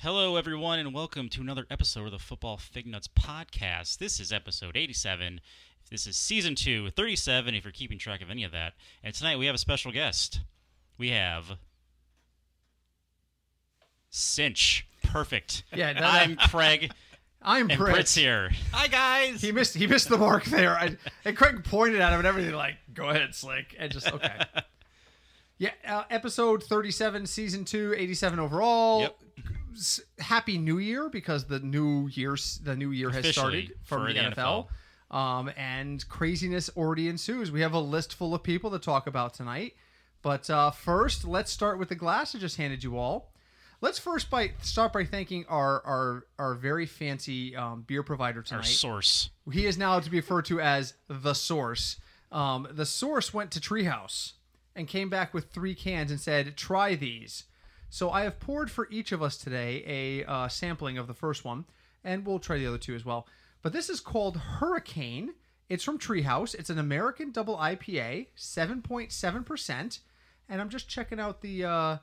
Hello, everyone, and welcome to another episode of the Football Fig Nuts podcast. This is episode 87. This is season two, 37, if you're keeping track of any of that. And tonight we have a special guest. We have Cinch. Perfect. Yeah, that- I'm Craig, I'm and Brits. Britt's here. Hi guys. He missed he missed the mark there. I, and Craig pointed at him and everything like, "Go ahead, Slick." And just okay. Yeah, uh, episode 37, season 2, 87 overall. Yep. S- Happy New Year because the new year the new year has Officially, started from for the, the NFL. Um, and craziness already ensues. We have a list full of people to talk about tonight. But uh, first, let's start with the glass I just handed you all. Let's first by start by thanking our our, our very fancy um, beer provider tonight. Our source. He is now to be referred to as the source. Um, the source went to Treehouse and came back with three cans and said, "Try these." So I have poured for each of us today a uh, sampling of the first one, and we'll try the other two as well. But this is called Hurricane. It's from Treehouse. It's an American double IPA, seven point seven percent, and I'm just checking out the uh,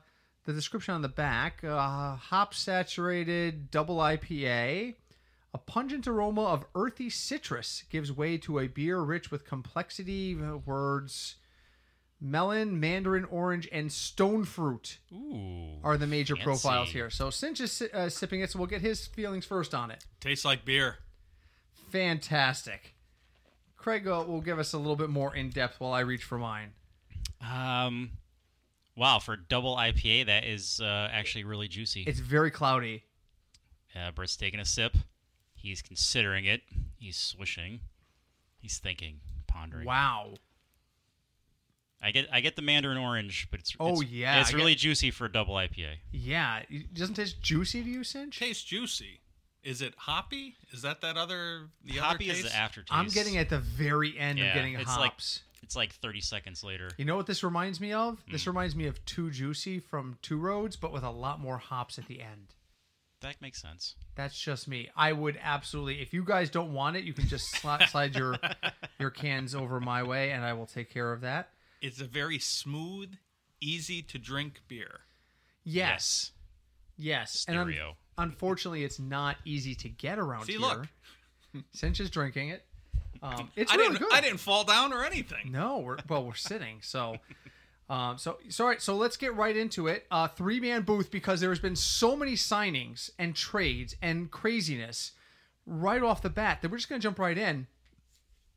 the description on the back. Uh, hop saturated double IPA. A pungent aroma of earthy citrus gives way to a beer rich with complexity uh, words. Melon, mandarin orange, and stone fruit Ooh. are the major Fancy. profiles here. So Cinch is si- uh, sipping it, so we'll get his feelings first on it. Tastes like beer. Fantastic. Craig uh, will give us a little bit more in depth while I reach for mine. Um, wow, for double IPA, that is uh, actually really juicy. It's very cloudy. Uh, Britt's taking a sip. He's considering it. He's swishing. He's thinking, pondering. Wow. I get I get the mandarin orange, but it's Oh, it's, yeah, it's I really juicy for a double IPA. Yeah. It doesn't taste juicy to you, Cinch? Tastes juicy. Is it hoppy? Is that that other the Hoppy other is the taste? aftertaste. I'm getting at the very end. Yeah, I'm getting it's like- hops. It's like 30 seconds later. You know what this reminds me of? Hmm. This reminds me of Too Juicy from Two Roads, but with a lot more hops at the end. That makes sense. That's just me. I would absolutely. If you guys don't want it, you can just slide, slide your your cans over my way, and I will take care of that. It's a very smooth, easy to drink beer. Yes, yes. And un- Stereo. unfortunately, it's not easy to get around See, here. look. Cinch is drinking it. Um, it's I really didn't good. I didn't fall down or anything. No, we're well, we're sitting. So, um, so sorry. So let's get right into it. Uh, three man booth because there has been so many signings and trades and craziness right off the bat that we're just gonna jump right in.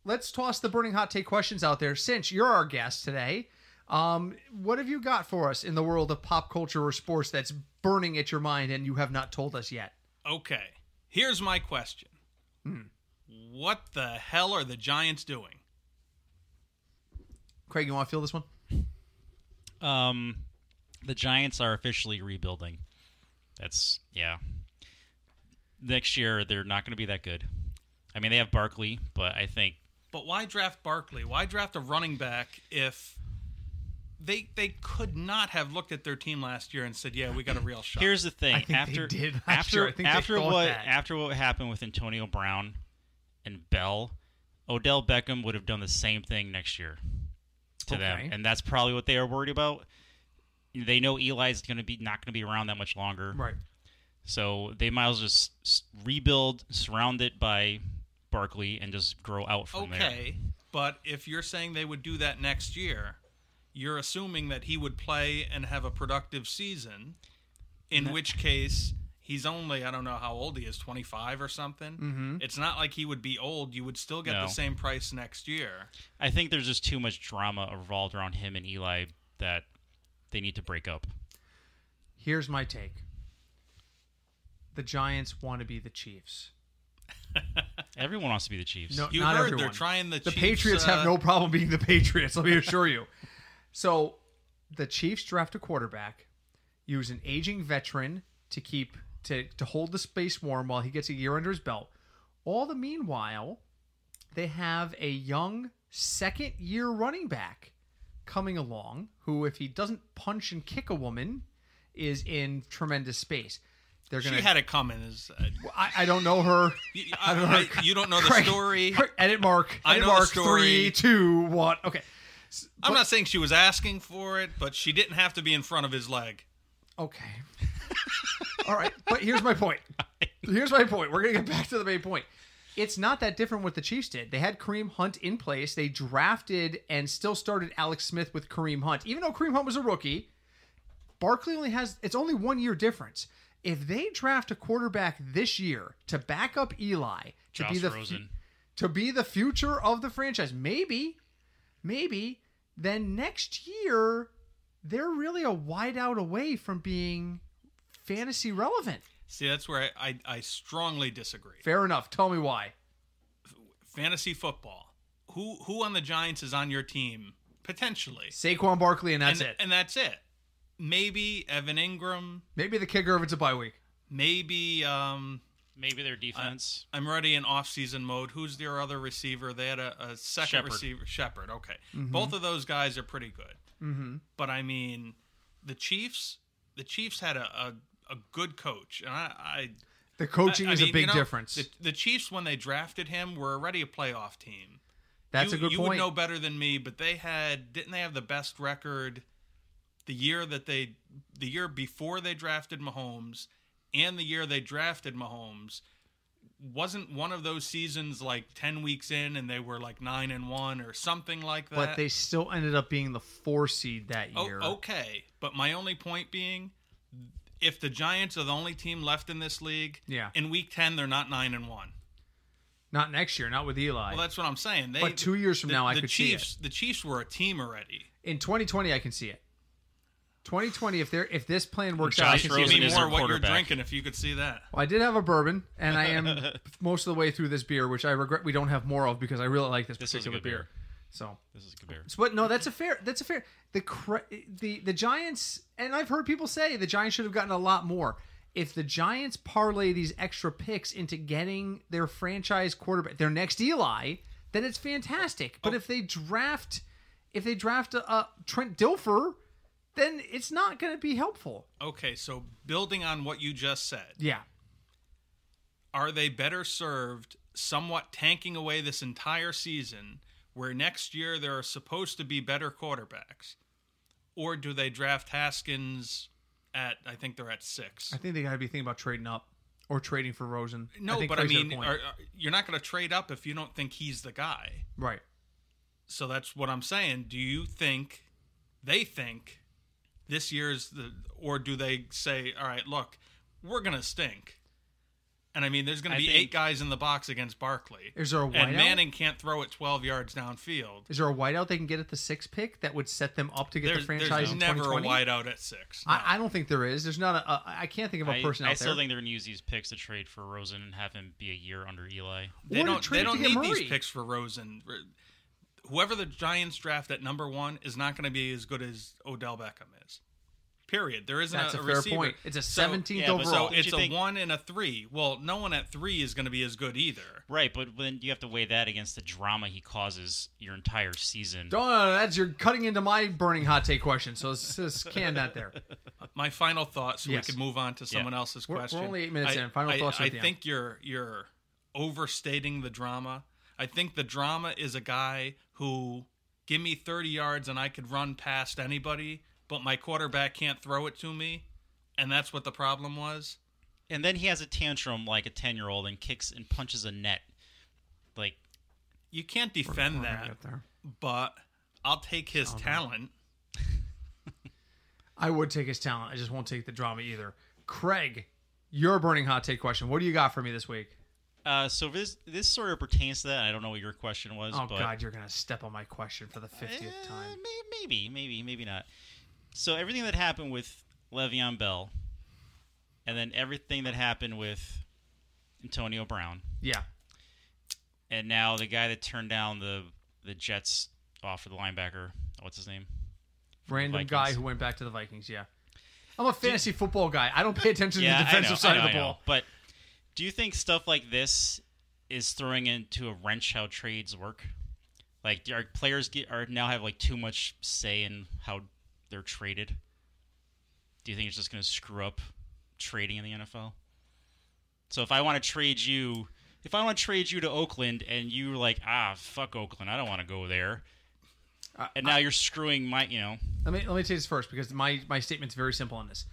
Let's toss the burning hot take questions out there. Cinch, you're our guest today. Um, what have you got for us in the world of pop culture or sports that's burning at your mind and you have not told us yet? Okay. Here's my question. Hmm. What the hell are the Giants doing? Craig, you want to feel this one? Um, the Giants are officially rebuilding. That's yeah. Next year they're not going to be that good. I mean, they have Barkley, but I think But why draft Barkley? Why draft a running back if they they could not have looked at their team last year and said, "Yeah, we got a real shot." Here's the thing. I think they after did last after year. I think they after thought what that. after what happened with Antonio Brown and Bell, Odell Beckham would have done the same thing next year to Okay. them, and that's probably what they are worried about. They know Eli's going to be not going to be around that much longer, Right. so they might as well just s- rebuild, surround it by Barkley, and just grow out from there. Okay, but if you're saying they would do that next year, you're assuming that he would play and have a productive season, in which case he's only I don't know how old he is, 25 or something. Mm-hmm. It's not like he would be old. You would still get No. the same price next year. I think there's just too much drama revolved around him and Eli that they need to break up. Here's my take. The Giants want to be the Chiefs. Everyone wants to be the Chiefs. No, You not heard everyone. they're trying the, The Chiefs, Patriots uh, have no problem being the Patriots. Let me assure you. So, the Chiefs draft a quarterback, use an aging veteran to keep to to hold the space warm while he gets a year under his belt. All the meanwhile, they have a young second year running back coming along who, if he doesn't punch and kick a woman, is in tremendous space. They're She gonna. had it coming. Is uh, I, I don't know her. you, I don't I- know. you don't know the Craig- story. Craig- Edit mark. I Edit know the mark. story. Three, two, one. Okay. I'm not saying she was asking for it, but she didn't have to be in front of his leg. Okay. All right, but here's my point. Here's my point. We're gonna get back to the main point. It's not that different what the Chiefs did. They had Kareem Hunt in place. They drafted and still started Alex Smith with Kareem Hunt, even though Kareem Hunt was a rookie. Barkley only has it's only one year difference. If they draft a quarterback this year to back up Eli to Josh be the Rosen. to be the future of the franchise, maybe, maybe then next year they're really a wide out away from being fantasy relevant. See, that's where I, I, I strongly disagree. Fair enough. Tell me why. Fantasy football. Who who on the Giants is on your team potentially? Saquon Barkley, and that's and, it. And that's it. Maybe Evan Ingram. Maybe the kicker if it's a bye week. Maybe um, Maybe their defense. I'm already in off-season mode. Who's their other receiver? They had a, a second Shepard. receiver, Shepard. Okay, Mm-hmm. both of those guys are pretty good. Mm-hmm. But I mean, the Chiefs. The Chiefs had a, a, a good coach, and I, I The coaching I- I is mean, a you big know, difference. The, the Chiefs, when they drafted him, were already a playoff team. that's you, a good you would point. know better than me, but they had didn't they have the best record the year that they the year before they drafted Mahomes and the year they drafted Mahomes wasn't one of those seasons like 10 weeks in and they were like 9 and 1 or something like that. but they still ended up being the four seed that Oh, year. okay, but my only point being if the Giants are the only team left in this league, Yeah. in week 10 they're not 9 and 1. Not next year, not with Eli. Well, that's what I'm saying. They, But two years from now, I the could see it. Chiefs, The Chiefs were a team already. In 2020, I can see it. 2020, if they're if this plan works out, I Josh can Rosen see It'd it. be is more their what you're quarterback. drinking if you could see that. Well, I did have a bourbon, and I am most of the way through this beer, which I regret we don't have more of because I really like this, This was a particular good beer. beer. So This is good beer. So, But no, that's a fair. That's a fair. The cre- the the Giants, and I've heard people say the Giants should have gotten a lot more. If the Giants parlay these extra picks into getting their franchise quarterback, their next Eli, then it's fantastic. Oh. But if they draft, if they draft a, a Trent Dilfer, then it's not going to be helpful. Okay, so building on what you just said, Yeah, are they better served somewhat tanking away this entire season where next year there are supposed to be better quarterbacks? Or do they draft Haskins at I think they're at 6? I think they got to be thinking about trading up or trading for Rosen. No, think but I Craig's got a mean, point. are, are- you're not going to trade up if you don't think he's the guy. right? So that's what I'm saying. Do you think they think this year's the, or do they say, all right, look, we're gonna stink? And I mean, there's gonna I be think- eight guys in the box against Barkley, Is there a and whiteout? Manning can't throw it 12 yards downfield. Is there a whiteout they can get at the six pick that would set them up to get the There's, franchise there's in never a 2020? wideout at six. No. I, I don't think there is. There's not a. a I can't think of a I, person I out still there. think they're going to use these picks to trade for Rosen and have him be a year under Eli. they Or to don't. trade They it don't to get need Murray. these picks for Rosen. Whoever the Giants draft at number one is not going to be as good as Odell Beckham is. Period. There isn't That's a, a fair receiver. point. It's a So- 17th yeah, but overall. So Did it's you a think- one and a three. Well, no one at three is going to be as good either. Right, but then you have to weigh that against the drama he causes your entire season. Don't- no, no, no, that's you're cutting into my burning hot take question. So let's just can that there. My final thought, so Yes. we can move on to someone else's We're- we're question. only eight minutes I, in. Final I- thoughts I at the end. think you're you're overstating the drama. I think the drama is a guy who give me 30 yards and I could run past anybody, but my quarterback can't throw it to me, and that's what the problem was. And then he has a tantrum like a 10 year old and kicks and punches a net. Like, You can't defend that, Up there. but I'll take his talent. I would take his talent. I just won't take the drama either. Craig, your burning hot take question. What do you got for me this week? uh, so this this sort of pertains to that. I don't know what your question was. Oh but, God, you're gonna step on my question for the fiftieth Eh, time. may- Maybe, maybe, maybe not. So everything that happened with Le'Veon Bell, and then everything that happened with Antonio Brown, Yeah, and now the guy that turned down the the Jets offer, the linebacker, what's his name? random Vikings. guy who went back to the Vikings. Yeah, I'm a fantasy football guy. I don't pay attention to the I defensive know, side I know, of the I know. ball. But do you think stuff like this is throwing into a wrench how trades work? Like, are players get are now have like too much say in how they're traded? Do you think it's just going to screw up trading in the NFL? So if I want to trade you, if I want to trade you to Oakland, and you're like, ah, fuck Oakland, I don't want to go there, I- and now you're screwing my, you know, Let me let me say this first because my my statement's very simple on this.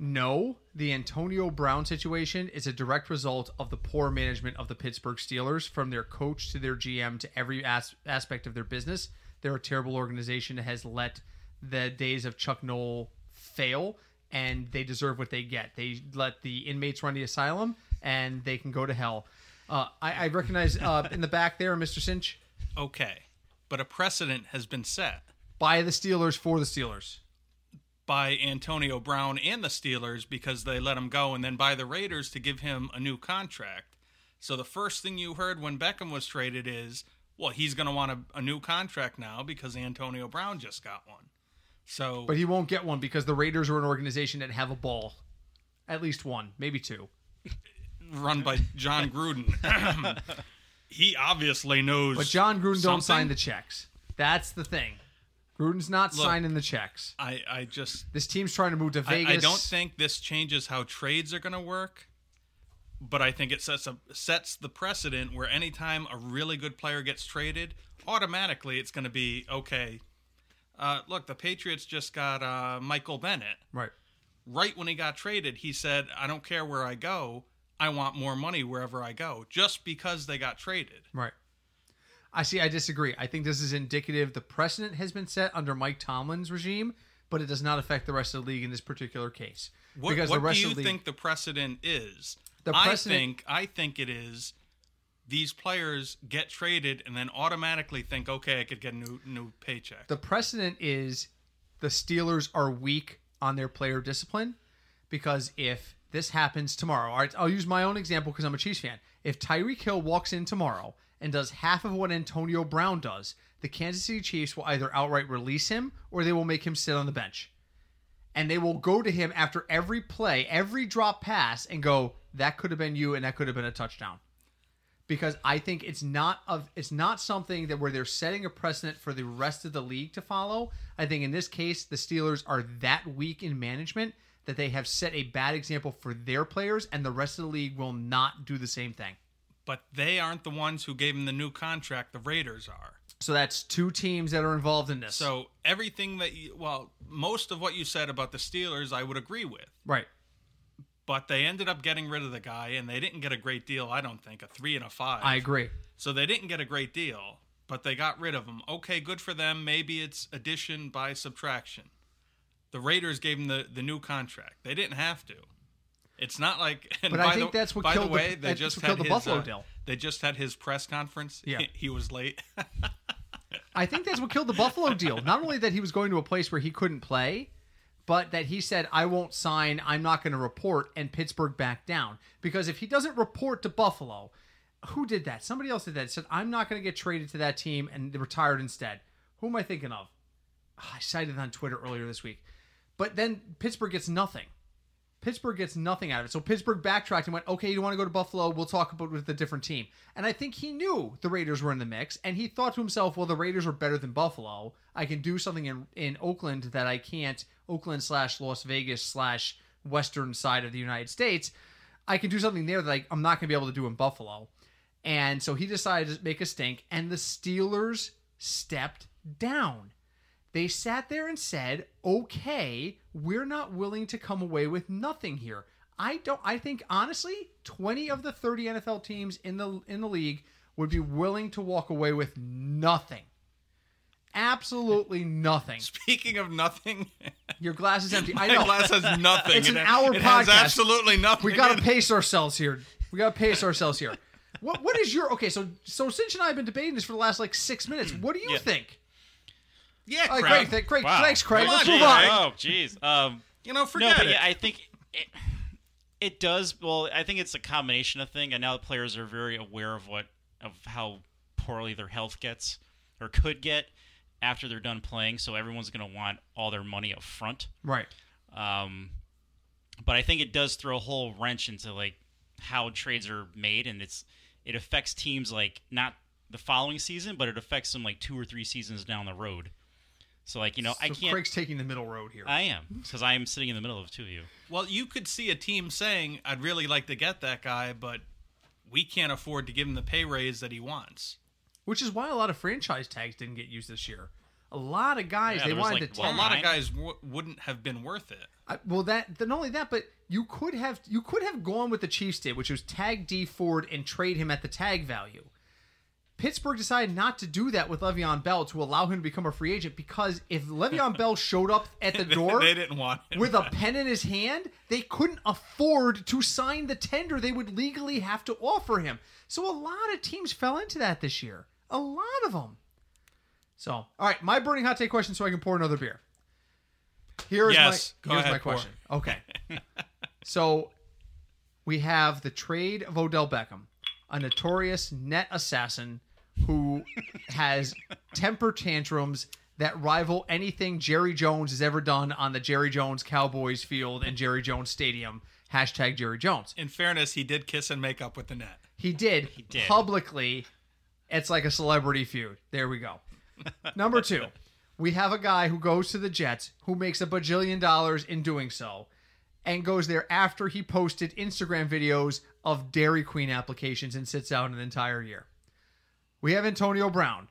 No, the Antonio Brown situation is a direct result of the poor management of the Pittsburgh Steelers from their coach to their GM to every as- aspect of their business. They're a terrible organization that has let the days of Chuck Knoll fail, and they deserve what they get. They let the inmates run the asylum, and they can go to hell. Uh, I, I recognize uh, in the back there, Mr. Cinch, Okay. But a precedent has been set by the Steelers for the Steelers. by Antonio Brown and the Steelers because they let him go, and then by the Raiders to give him a new contract. So the first thing you heard when Beckham was traded is, well, he's going to want a, a new contract now because Antonio Brown just got one. So But he won't get one because the Raiders are an organization that have a ball. At least one, maybe two. run by John Gruden. he obviously knows. But John Gruden don't something. sign the checks. That's the thing. Gruden's not Look. signing the checks. I, I just This team's trying to move to I, Vegas. I don't think this changes how trades are going to work, but I think it sets a, sets the precedent where anytime a really good player gets traded, automatically it's going to be okay. Uh, look, the Patriots just got uh, Michael Bennett. Right. Right when he got traded, he said, "I don't care where I go. I want more money wherever I go." Just because they got traded. Right. I see. I disagree. I think this is indicative. The precedent has been set under Mike Tomlin's regime, but it does not affect the rest of the league in this particular case. What, because what the rest do you of the think the precedent is? The I precedent- think I think it is these players get traded and then automatically think, okay, I could get a new new paycheck. the precedent is the Steelers are weak on their player discipline because if this happens tomorrow, all right, I'll use my own example because I'm a Chiefs fan. If Tyreek Hill walks in tomorrow and does half of what Antonio Brown does, the Kansas City Chiefs will either outright release him or they will make him sit on the bench. And they will go to him after every play, every drop pass, and go, that could have been you and that could have been a touchdown because I think it's not of it's not something that where they're setting a precedent for the rest of the league to follow. I think in this case the Steelers are that weak in management that they have set a bad example for their players and the rest of the league will not do the same thing. but they aren't the ones who gave him the new contract. The Raiders are. So that's two teams that are involved in this. So everything that you, well, most of what you said about the Steelers, I would agree with. right. But they ended up getting rid of the guy, and they didn't get a great deal. I don't think a three and a five. I agree. So they didn't get a great deal, but they got rid of him. Okay, good for them. Maybe it's addition by subtraction. The Raiders gave him the, the new contract. They didn't have to. It's not like. And But by I think the, that's what by killed the the- way, they that's just what had killed the his, Buffalo uh, deal. They just had his press conference. Yeah. he, he was late. I think that's what killed the Buffalo deal. Not only that he was going to a place where he couldn't play, but that he said, I won't sign, I'm not going to report, and Pittsburgh backed down. Because if he doesn't report to Buffalo, who did that? Somebody else did that. Said, I'm not going to get traded to that team and they retired instead. Who am I thinking of? Ah, I cited it on Twitter earlier this week. But then Pittsburgh gets nothing. Pittsburgh gets nothing out of it. So Pittsburgh backtracked and went, okay, you want to go to Buffalo? We'll talk about it with a different team. And I think he knew the Raiders were in the mix, and he thought to himself, well, the Raiders are better than Buffalo. I can do something in, in Oakland that I can't, Oakland slash Las Vegas slash western side of the United States. I can do something there that I, I'm not going to be able to do in Buffalo. And so he decided to make a stink, and the Steelers stepped down they sat there and said, "Okay, we're not willing to come away with nothing here." I don't I think honestly, 20 of the 30 NFL teams in the in the league would be willing to walk away with nothing. Absolutely nothing. Speaking of nothing, Your glass is empty. I my know. glass has nothing. It's It- an hour It has podcast. absolutely nothing. We got in to it. pace ourselves here. We got to pace ourselves here. What what is your Okay, so so Cinch and I have been debating this for the last like 6 minutes. What do you think? Yeah, All right, Craig. Craig, th- Craig, Wow. thanks Craig. Come Let's on, move on. Craig. Oh, jeez. Um, you know, no, forget but it. yeah, I think it, it does. Well, I think it's a combination of thing, and now the players are very aware of what of how poorly their health gets or could get after they're done playing. So everyone's going to want all their money up front. Right. Um, but I think it does throw a whole wrench into like how trades are made, and it's it affects teams like not the following season, but it affects them like two or three seasons down the road. So like you know, I So can't. Craig's taking the middle road here. I am because I am sitting in the middle of two of you. Well, you could see a team saying, "I'd really like to get that guy, but we can't afford to give him the pay raise that he wants." which is why a lot of franchise tags didn't get used this year. A lot of guys Yeah, they there was, wanted like, to one tag. A lot of Mine- guys w- wouldn't have been worth it. I, well, that not only that, but you could have you could have gone with the Chiefs did, which was tag D Ford and trade him at the tag value. Pittsburgh decided not to do that with Le'Veon Bell to allow him to become a free agent because if Le'Veon Bell showed up at the door they didn't want him. with a pen in his hand, they couldn't afford to sign the tender they would legally have to offer him. So a lot of teams fell into that this year. A lot of them. So, all right, my burning hot take question so I can pour another beer. Here is Yes, my go here's ahead, my pour. question. Okay. so we have the trade of Odell Beckham, a notorious net assassin who has temper tantrums that rival anything Jerry Jones has ever done on the Jerry Jones Cowboys field and Jerry Jones Stadium. Hashtag Jerry Jones. In fairness, he did kiss and make up with the net. He did, did. publicly. It's like a celebrity feud. There we go. Number two, we have a guy who goes to the Jets who makes a bajillion dollars in doing so and goes there after he posted Instagram videos of Dairy Queen applications and sits out an entire year. We have Antonio Brown,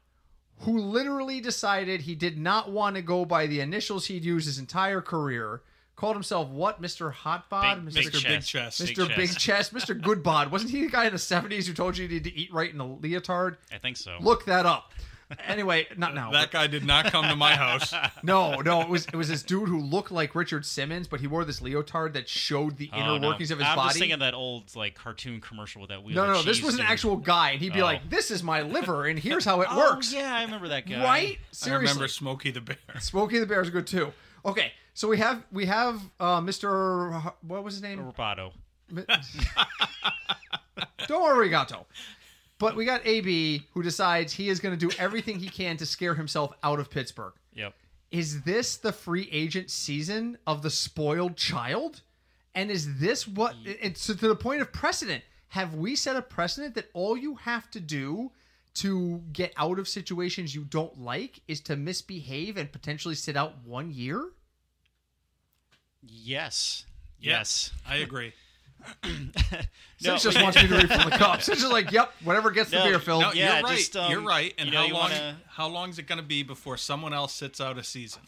who literally decided he did not want to go by the initials he'd used his entire career. Called himself what, Mr. Hotbod? Big- Mr. big Mr. Big Chest. Chest. Big Mr. Big Chest. Chest, Mr. Goodbod. Wasn't he the guy in the 70s who told you you need to eat right in a leotard? I think so. Look that up. Anyway, not now. That guy did not come to my house. but- no, no, it was it was this dude who looked like Richard Simmons, but he wore this leotard that showed the Oh, inner no. workings of his I'm just body. thinking of that old like cartoon commercial with that wheel. No, no, of no. This cheese was an dude. actual guy, and he'd be Oh. like, "This is my liver, and here's how it Oh, works." Yeah, I remember that guy. Right? I Seriously. remember Smokey the Bear. Smokey the Bear is good too. Okay, so we have we have uh, Mr. H- What was his name? Roboto. Mi- Don't worry, Gato. But we got AB who decides he is going to do everything he can to scare himself out of Pittsburgh. Yep. Is this the free agent season of the spoiled child? And is this what it's to the point of precedent? Have we set a precedent that all you have to do to get out of situations you don't like is to misbehave and potentially sit out one year? Yes. Yeah, Yes. I agree. No, Sitch just we- wants me to read from the cup. Sitch is like, yep, whatever gets No, the beer filled. No, yeah, you're right. just, um, you're right. And you know, how you long? wanna- How long is it going to be before someone else sits out a season?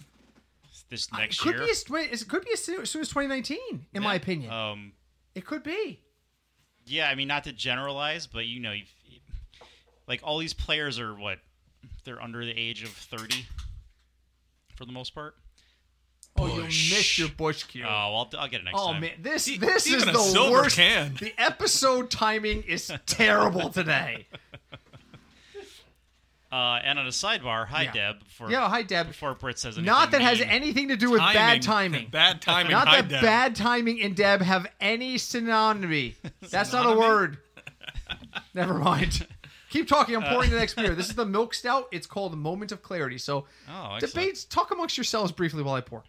this next Uh, it could year. Be as, twen- it could be as soon as soon as 2019, in my opinion. Uh, um, it could be. yeah, I mean, not to generalize, but you know, you've, like all these players are what they're under the age of thirty for the most part. Oh, you missed your Bush cue. Oh, I'll, I'll get it next oh time. man, this this is E-, Even a the silver worst. can. The episode timing is terrible today. Uh, and on a sidebar, hi Yeah. Deb. Before, Yeah, hi, Deb. Before Britt says anything. Not that has mean. anything to do with bad timing. Bad timing. not hi, that Deb. bad timing and Deb have any synonymy. That's not a word. Never mind. Keep talking. I'm pouring the next beer. This is the milk stout. It's called Moment of Clarity. So, Oh, excellent. debates. Talk amongst yourselves briefly while I pour.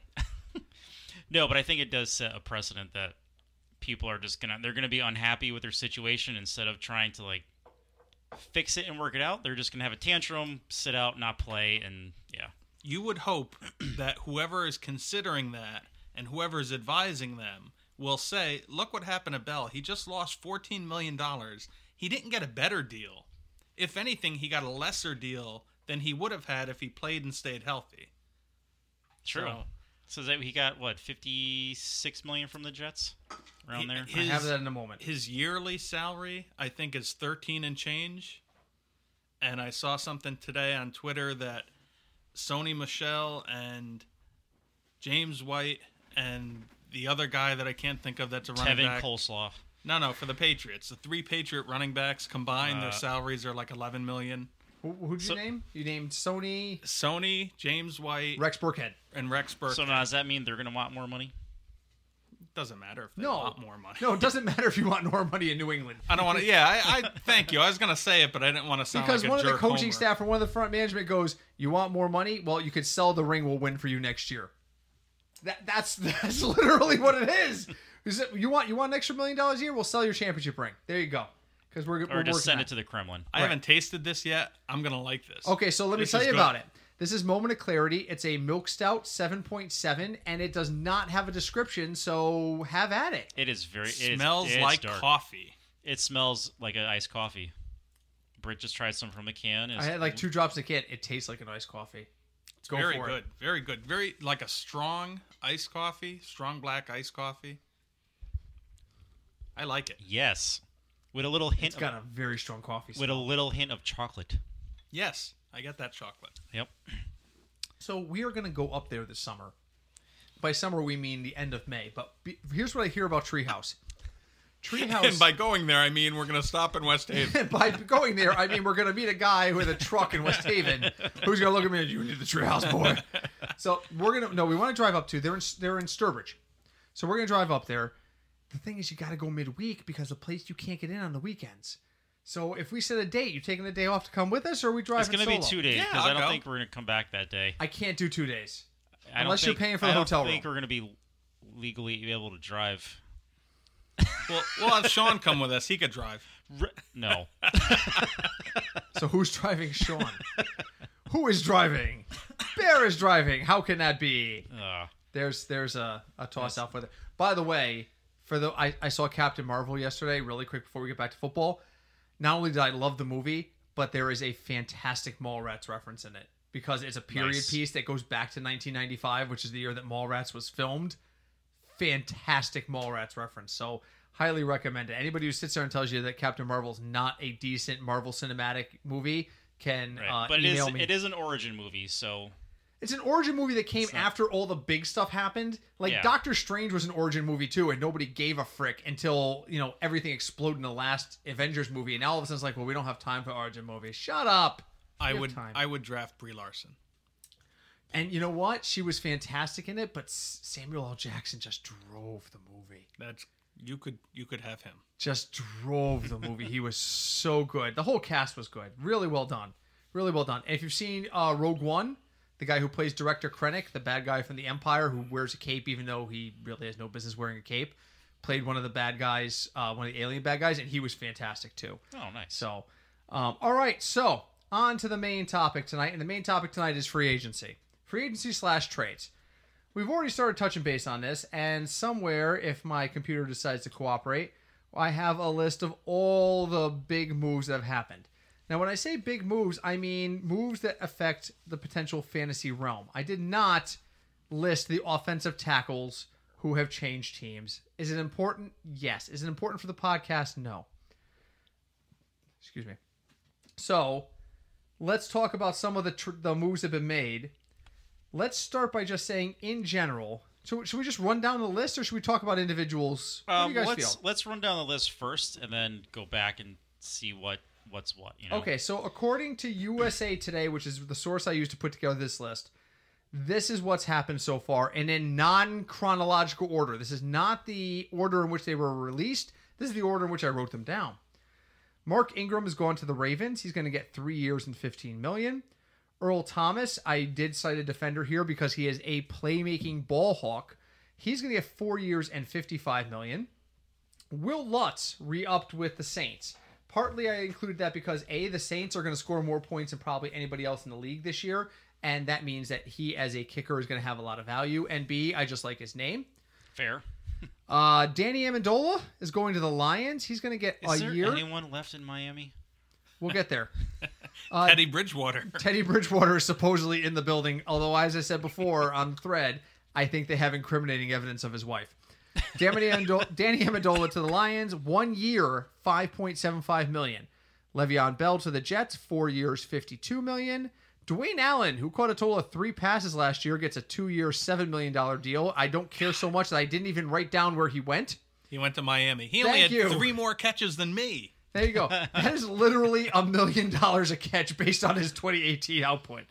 No, but I think it does set a precedent that people are just gonna they're gonna be unhappy with their situation instead of trying to like fix it and work it out. They're just gonna have a tantrum, sit out, not play, and yeah. You would hope that whoever is considering that and whoever is advising them will say, "Look what happened to Bell. He just lost 14 million dollars. He didn't get a better deal. If anything, he got a lesser deal than he would have had if he played and stayed healthy." True. So- So, that he got what fifty six million from the Jets around He- there. his- Have that in a moment. his yearly salary i think is 13 and change and i saw something today on twitter that sony michelle and james white and the other guy that i can't think of that's a running Tevin back Coleslaw. no no for the patriots the three patriot running backs combined Uh, their salaries are like 11 million Who, who'd you So- name? You named Sony, sony james white Rex Burkhead. and rex burkhead So now does that mean they're gonna want more money? doesn't matter if they No, want more money No, it doesn't matter if you want more money in New England i don't want to yeah I, I thank you i was gonna say it but i didn't want to sound because like a one of the jerk coaching homer. staff or one of the front management goes, "You want more money? Well, you could sell the ring. We'll win for you next year." That that's that's literally what it is. Is it, you want you want an extra million dollars a year? We'll sell your championship ring. There you go. Because we're, Or we're just working send on it to the Kremlin. I haven't tasted this yet. I'm gonna like this. Okay, so let me This tell is you good. about it. This is Moment of Clarity. It's a milk stout, seven point seven, and it does not have a description. So have at it. It is very it is- It smells it's like dark. coffee. It smells like an iced coffee. Britt just tried some from a can. and I had like two drops in the can. It tastes like an iced coffee. It's Go very for it. good. Very good. Very like a strong iced coffee, strong black iced coffee. I like it. Yes, with a little hint It's of, got a very strong coffee. with a little hint of chocolate. Yes, I get that chocolate. Yep. So we are going to go up there this summer. By summer, we mean the end of May. But be, here's what I hear about Treehouse. Treehouse. And by going there, I mean we're going to stop in West Haven. by going there, I mean we're going to meet a guy with a truck in West Haven who's going to look at me and you need the Treehouse boy. So we're going to no, we want to drive up to. They're in they're in Sturbridge, so we're going to drive up there. The thing is, you got to go midweek because the place you can't get in on the weekends. So if we set a date, you taking the day off to come with us, or are we driving? It's gonna be solo? two days Yeah, because I I'll don't go. think we're gonna come back that day. I can't do two days. I don't Unless you're think- paying for the I don't hotel think room. we're gonna be legally able to drive. we'll, we'll have Sean come with us. He could drive. R- No, Uh, So who's driving Sean? Who is driving? Bear is driving. How can that be? uh, There's there's a, a toss out for that. By the way, for the I, I saw Captain Marvel yesterday, really quick before we get back to football. Not only did I love the movie, but there is a fantastic Mallrats reference in it because it's a period Nice. piece that goes back to 1995, which is the year that Mallrats was filmed. Fantastic Mallrats reference. So highly recommend it. Anybody who sits there and tells you that Captain Marvel's not a decent Marvel cinematic movie can right. uh, but it email is me. it is an origin movie, so It's an origin movie that came not- after all the big stuff happened. Like Yeah. Doctor Strange was an origin movie too, and nobody gave a frick until you know everything exploded in the last Avengers movie, and now all of a sudden it's like, well, we don't have time for origin movies. Shut up. I We have would. time. I would draft Brie Larson. And you know what? She was fantastic in it, but S- Samuel L. Jackson just drove the movie. That's you could. You could have him. Just drove the movie. he was so good. The whole cast was good. Really well done. Really well done. And if you've seen uh, Rogue One, the guy who plays director Krennic, the bad guy from the Empire who wears a cape even though he really has no business wearing a cape, played one of the bad guys, uh, one of the alien bad guys, and he was fantastic too. oh nice. So, um, all right. So, on to the main topic tonight. And the main topic tonight is free agency. Free agency slash trades. We've already started touching base on this. And somewhere, if my computer decides to cooperate, I have a list of all the big moves that have happened. Now, when I say big moves, I mean moves that affect the potential fantasy realm. I did not list the offensive tackles who have changed teams. Is it important? Yes. Is it important for the podcast? No excuse me. So, let's talk about some of the tr- the moves that have been made. Let's start by just saying in general. So, should we just run down the list, or should we talk about individuals? What Um, do you guys let's feel? let's run down the list first, and then go back and see what what's what. You know. Okay, so according to USA Today, which is the source I used to put together this list, this is what's happened so far, and in non chronological order. This is not the order in which they were released. This is the order in which I wrote them down. Mark Ingram has gone to the Ravens. He's going to get three years and fifteen million. Earl Thomas, I did cite a defender here because he is a playmaking ball hawk. He's going to get four years and fifty-five million. Will Lutz re-upped with the Saints. Partly, I included that because a the Saints are going to score more points than probably anybody else in the league this year, and that means that he as a kicker is going to have a lot of value. And b, I just like his name. Fair. Uh, Danny Amendola is going to the Lions. He's going to get Is a there year. anyone left in Miami? We'll get there. Uh, Teddy Bridgewater. Teddy Bridgewater is supposedly in the building, although, as I said before on the thread, I think they have incriminating evidence of his wife. Danny Amendola, Danny Amendola to the Lions, one year, five point seven five million. Le'Veon Bell to the Jets, four years, fifty-two million. Dwayne Allen, who caught a total of three passes last year, gets a two-year, seven million dollar deal. I don't care so much that I didn't even write down where he went. He went to Miami. He only Thank you. had three more catches than me. There you go. That is literally a million dollars a catch based on his 2018 output.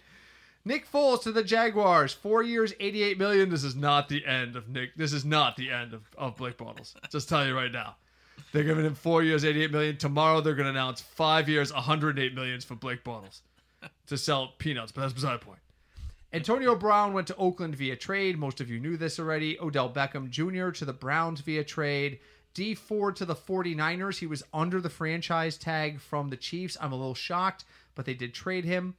Nick Foles to the Jaguars, four years, 88 million. This is not the end of Nick. This is not the end of, of Blake Bottles. Just tell you right now. They're giving him four years, 88 million. Tomorrow they're going to announce five years, 108 millions for Blake Bottles to sell peanuts, but that's beside the point. Antonio Brown went to Oakland via trade. Most of you knew this already. Odell Beckham Jr. to the Browns via trade. D Ford to the 49ers. He was under the franchise tag from the Chiefs. I'm a little shocked, but they did trade him.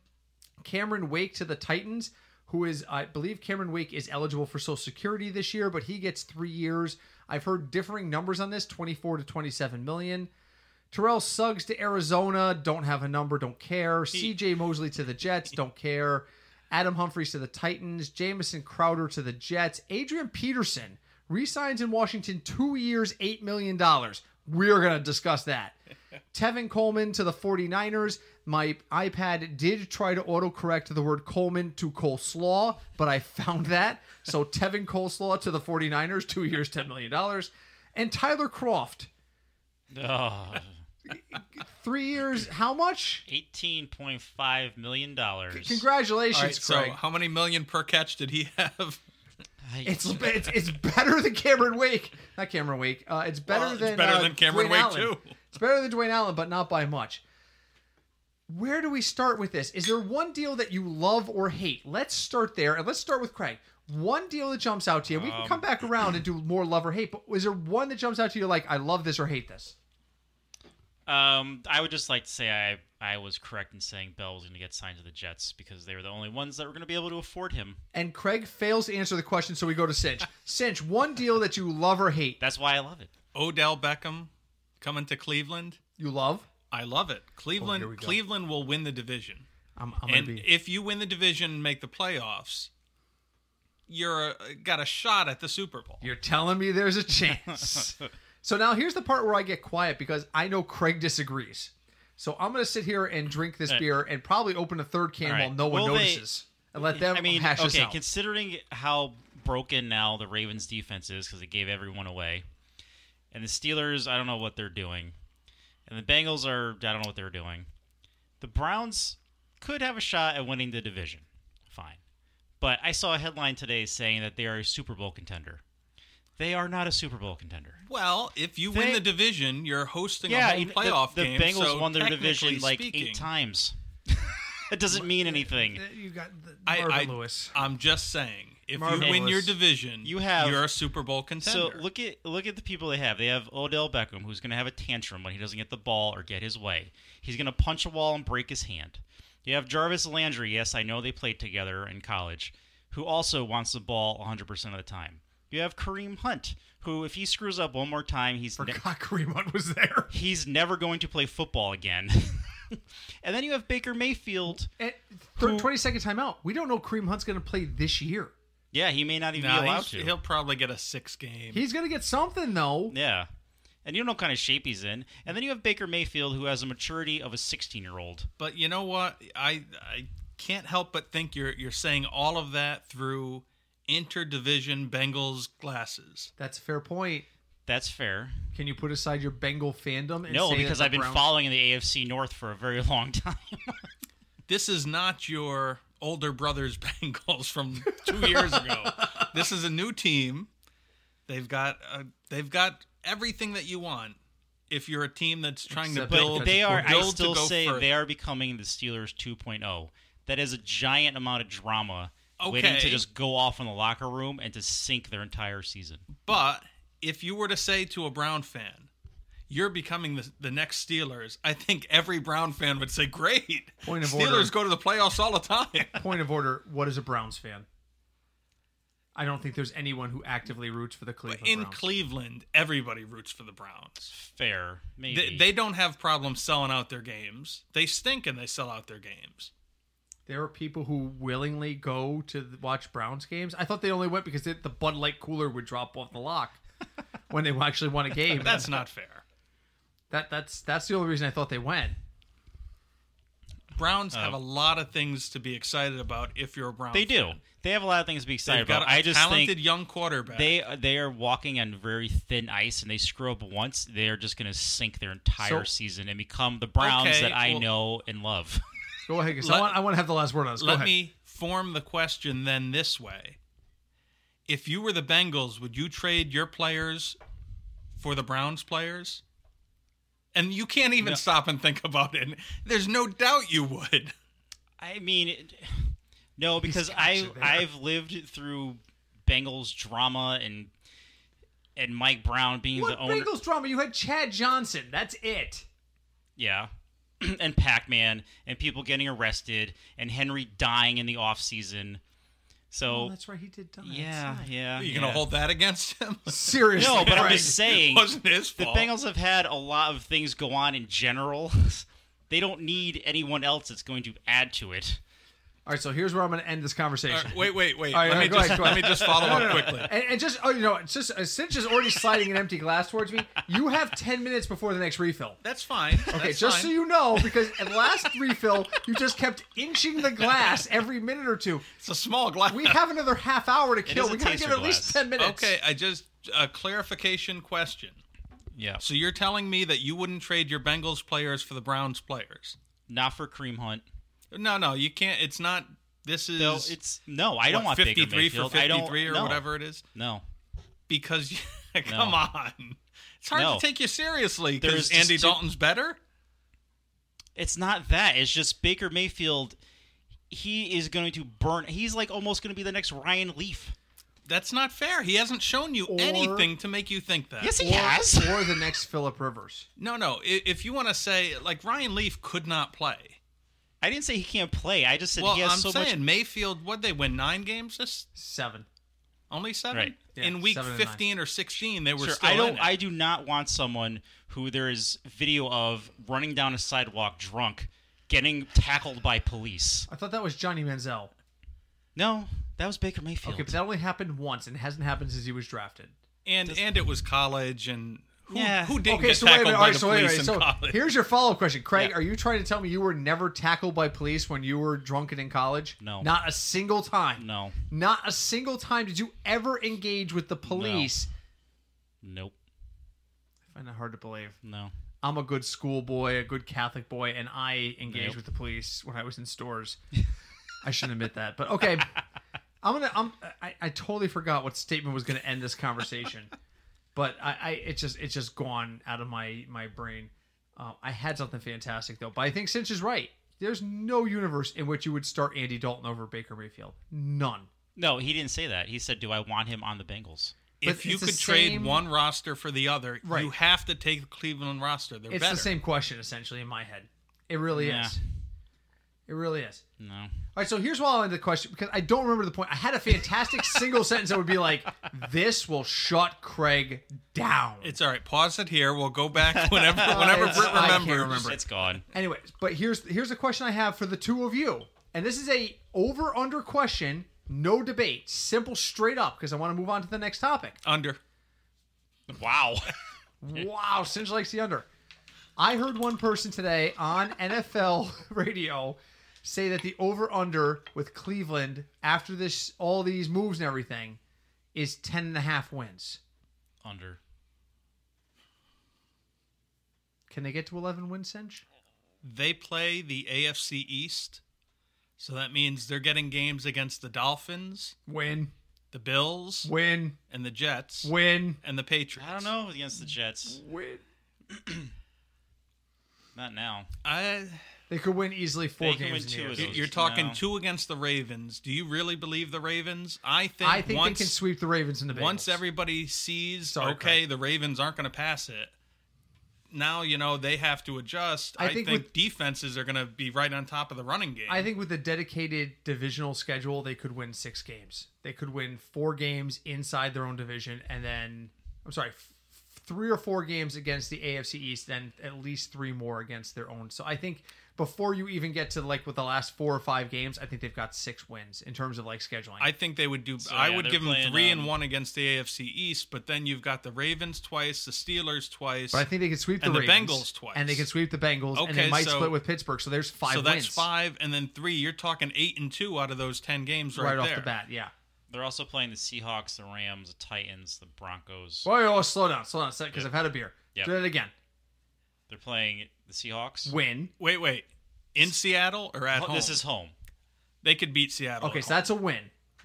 Cameron Wake to the Titans, who is, I believe Cameron Wake is eligible for Social Security this year, but he gets three years. I've heard differing numbers on this 24 to 27 million. Terrell Suggs to Arizona, don't have a number, don't care. CJ Mosley to the Jets, don't care. Adam Humphries to the Titans, Jamison Crowder to the Jets, Adrian Peterson resigns in Washington two years, $8 million. We're going to discuss that. Tevin Coleman to the 49ers. My iPad did try to autocorrect the word Coleman to coleslaw, but I found that. So Tevin Coleslaw to the 49ers, two years, $10 million. And Tyler Croft, Oh, three years, how much? $18.5 million. Congratulations, All right, so Craig. how many million per catch did he have? I- It's, it's it's better than Cameron Wake. Not Cameron Wake. Uh, it's better Well, it's than better uh, than Cameron Dwayne Wake, Allen. too. It's better than Dwayne Allen, but not by much. Where do we start with this? Is there one deal that you love or hate? Let's start there, and let's start with Craig. One deal that jumps out to you. We can Um, come back around and do more love or hate. But is there one that jumps out to you like I love this or hate this? Um, I would just like to say I I was correct in saying Bell was going to get signed to the Jets because they were the only ones that were going to be able to afford him. And Craig fails to answer the question, so we go to Cinch. Cinch, one deal that you love or hate? That's why I love it. Odell Beckham coming to Cleveland. You love? I love it. Cleveland we go. Cleveland will win the division. I'm, I'm gonna and be. if you win the division and make the playoffs, you're uh, got a shot at the Super Bowl. You're telling me there's a chance. so now here's the part where I get quiet because I know Craig disagrees. So I'm going to sit here and drink this beer and probably open a third can Uh, All right. while no one Will they- notices and let them I mean, Um, hash this okay, out. considering how broken now the Ravens defense is because they gave everyone away, and the Steelers, I don't know what they're doing, and the Bengals are, I don't know what they're doing. The Browns could have a shot at winning the division. Fine. But I saw a headline today saying that they are a Super Bowl contender. They are not a Super Bowl contender. Well, if you win They- the division, you're hosting a home the- playoff the, game. The Bengals so won their technically division like speaking, eight times. That doesn't mean anything. Uh, you got the I, Marvin I, Lewis. I'm just saying, if Marvin you win Lewis. your division, You have- you're a Super Bowl contender. So look at look at the people they have. They have Odell Beckham, who's going to have a tantrum when he doesn't get the ball or get his way. He's going to punch a wall and break his hand. You have Jarvis Landry. Yes, I know they played together in college, who also wants the ball 100% of the time. You have Kareem Hunt, who if he screws up one more time, he's ne- Forgot Kareem Hunt was there. he's never going to play football again. and then you have Baker Mayfield. And thir- 20 second timeout. We don't know Kareem Hunt's going to play this year. Yeah, he may not even Nah, be allowed he's- to. he'll probably get a six game. He's going to get something, though. Yeah. And you don't know what kind of shape he's in. And then you have Baker Mayfield, who has a maturity of a 16 year old. But you know what? I I can't help but think you're you're saying all of that through interdivision Bengals glasses. That's a fair point. That's fair. Can you put aside your Bengal fandom? And No, say that because the I've been Browns- following the AFC North for a very long time. This is not your older brother's Bengals from 2 years ago. This is a new team. They've got uh, they've got everything that you want if you're a team that's trying Except to build but they are, I build to still go say, further. they are becoming the Steelers 2.0. That is a giant amount of drama waiting to Okay. just go off in the locker room and to sink their entire season. But if you were to say to a Brown fan, you're becoming the, the next Steelers, I think every Brown fan would say, great. Point of Steelers order. go to the playoffs all the time. Point of order: What is a Browns fan? I don't think there's anyone who actively roots for the Cleveland In Browns. Cleveland, everybody roots for the Browns. Fair, maybe. They, they don't have problems selling out their games. They stink and they sell out their games. there are people who willingly go to th- watch Browns games. I thought they only went because it, the Bud Light cooler would drop off the lock when they actually won a game. That's not fair. that that's that's the only reason I thought they went. Browns have a lot of things to be excited about if you're a Brown Oh. They do. fan. They have a lot of things to be excited They've got about. a I just talented think young quarterback. they uh, they are walking on very thin ice, and they screw up once, they are just going to sink their entire So- season and become the Browns Okay, that I well- know and love. Go ahead. 'cause I Let- want I want to have the last word on this. Go Let ahead. me form the question then this way. If you were the Bengals, would you trade your players for the Browns players? And you can't even stop and think about it. There's no doubt you would. I mean, it- no, because got I you there. I've lived through Bengals drama and and Mike Brown being what the owner. Bengals drama? You had Chad Johnson. That's it. Yeah. and Pac-Man and people getting arrested and Henry dying in the offseason. Oh, So that's right. He did die. yeah, outside. yeah. Are you Oh, yeah. going to hold that against him? Seriously. No, but I'm Craig. just saying It wasn't his the fault. Bengals have had a lot of things go on in general. they don't need anyone else that's going to add to it. All right, so here's where I'm going to end this conversation. Uh, wait, wait, wait. All right, let all me right, go just ahead, go let me ahead. just follow No, no, up no. quickly. And, and just oh, you know, it's just uh, Cinch is already sliding an empty glass towards me. You have ten minutes before the next refill. That's fine. Okay, just so you know, because at last refill, you just kept inching the glass every minute or two. it's a small glass. We have another half hour to kill. is a We gotta taster give it at least glass. ten minutes. okay, I just a clarification question. Yeah. So you're telling me that you wouldn't trade your Bengals players for the Browns players? Not for Cream Hunt. No, no, you can't. It's not. This is No, it's no. I don't what, want Baker 53 for Mayfield. I don't- 53 or no. whatever it is. No. Because you, come on, it's hard No. to take you seriously There's because just Andy too- Dalton's better. It's not that. It's just Baker Mayfield. He is going to burn. He's like almost going to be the next Ryan Leaf. That's not fair. He hasn't shown you Or- anything to make you think that. Yes, he Or, has. or the next Philip Rivers. No, no. i- If you want to say like Ryan Leaf could not play. I didn't say he can't play. I just said Well, he has I'm so saying much. Mayfield. What they win nine games this Seven. only seven Right. Yeah, in week seven and nine. 15 or 16. They were Sure, still I in don't. it. I do not want someone who there is video of running down a sidewalk drunk, getting tackled by police. I thought that was Johnny Manziel. No, that was Baker Mayfield. Okay, but that only happened once and hasn't happened since he was drafted. and and it was college and who, Yeah. who didn't Okay, get so wait a tackled minute. by All right, the so wait a police minute. in So college? here's your follow-up question, Craig. Yeah. Are you trying to tell me you were never tackled by police when you were drunken in college? No. not a single time. no, Not a single time did you ever engage with the police. nope, I find that hard to believe. no. I'm a good schoolboy, a good Catholic boy, and I engaged Nope. with the police when I was in stores. I shouldn't admit that, but okay. I'm gonna. I'm. I, I totally forgot what statement was gonna end this conversation, but I, I it's just it's just gone out of my my brain. Um, I had something fantastic though, but I think Cinch is right. There's no universe in which you would start Andy Dalton over Baker Mayfield. None. No, he didn't say that. He said, "Do I want him on the Bengals?" but if you it's the could trade same- one roster for the other, Right. you have to take the Cleveland roster. They're It's better. the same question essentially in my head. It really Yeah. is. It really is. No. All right, so here's why I'll end the question because I don't remember the point. I had a fantastic single sentence that would be like, "This will shut Craig down." It's all right. Pause it here. We'll go back whenever whenever it's- Britt I can't remembers. remember. It's gone. Anyways, but here's here's a question I have for the two of you, and this is a over under question, no debate, simple, straight up, because I want to move on to the next topic. Under. Wow. Wow, Cinch likes the under. I heard one person today on NFL radio say that the over under with Cleveland after this all these moves and everything is 10 and a half wins. Under. Can they get to 11 win cinch? They play the AFC East. So that means they're getting games against the Dolphins, Win, the Bills, win, and the Jets, win, and the Patriots. I don't know against the Jets. win. Not now. I, They could win easily four They can games. win in a two year. of you- those. you're talking No. two against the Ravens. Do you really believe the Ravens? I think, I think once, they can sweep the Ravens in the Bengals. once everybody sees, Sorry, okay, Craig. the Ravens aren't going to pass it. Now, you know, they have to adjust. I I, think think, with- defenses are going to be right on top of the running game. I think with the dedicated divisional schedule, they could win six games. They could win four games inside their own division, and then I'm sorry, f- three or four games against the AFC East, then at least three more against their own. So I think before you even get to like with the last four or five games, I think they've got six wins in terms of like scheduling. I think they would do. I yeah, would they're give them playing, three and um, one against the AFC East, but then you've got the Ravens twice, the Steelers twice. but I think they could sweep the, And the Ravens, Bengals twice. and they could sweep the Bengals, and they Okay, might so- split with Pittsburgh. So there's five. so that's wins five, and then three. You're talking eight and two out of those ten games right, right, off there. the bat. Yeah. They're also playing the Seahawks, the Rams, the Titans, the Broncos. Whoa, whoa, whoa, oh, slow down, slow down, because I've had a beer. Yep. Do it again. They're playing the Seahawks. Win. Wait, wait. In Seattle or at Oh, home? This is home. they could beat Seattle. Okay, at so home. that's a win.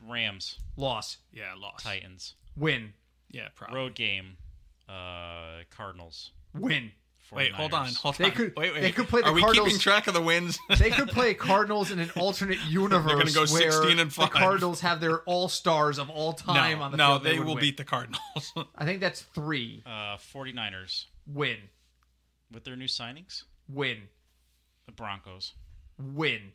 Rams, Loss. yeah, lost. Titans, Win. Yeah, probably. road game, uh, Cardinals. Win. 49ers. Wait, hold on, hold They on. could- wait, wait. they could play the Are we Cardinals- keeping track of the wins? They could play Cardinals in an alternate universe go where 16 and the five. Cardinals have their all stars of all no, time on the no, field. they, would will win. beat the Cardinals. I think that's three. Uh, 49ers Win. with their new signings, Win. the Broncos. Win.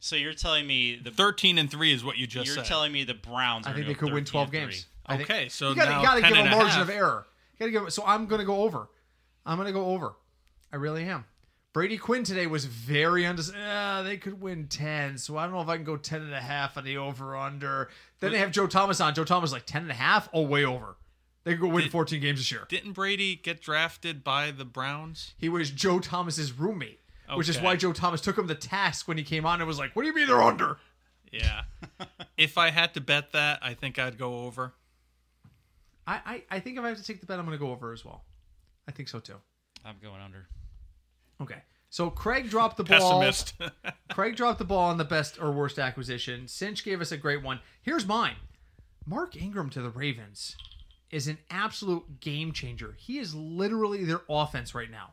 So you're telling me the Thirteen and three is what you just you're said. telling me the Browns. I are think they gonna go could win 13 twelve and games. three. I think- Okay, so you gotta, now you gotta 10 give a and a margin half. of error. You gotta give. So I'm gonna go over. I'm gonna go over. I really am. Brady Quinn today was very undec Uh, they could win 10, so I don't know if I can go 10 and a half on the over under. Then they have Joe Thomas on. Joe Thomas like 10 and a half? Oh, way over. They could go win 14 games this year. Didn't Brady get drafted by the Browns? He was Joe Thomas's roommate, which is Okay. why Joe Thomas took him to task when he came on and was like, What do you mean they're under? Yeah. if I had to bet that, I think I'd go over. I, I, I think if I have to take the bet, I'm going to go over as well. I think so too. I'm going under. Okay. So Craig dropped the ball. Pessimist. Craig dropped the ball on the best or worst acquisition. Cinch gave us a great one. Here's mine. Mark Ingram to the Ravens is an absolute game changer. He is literally their offense right now.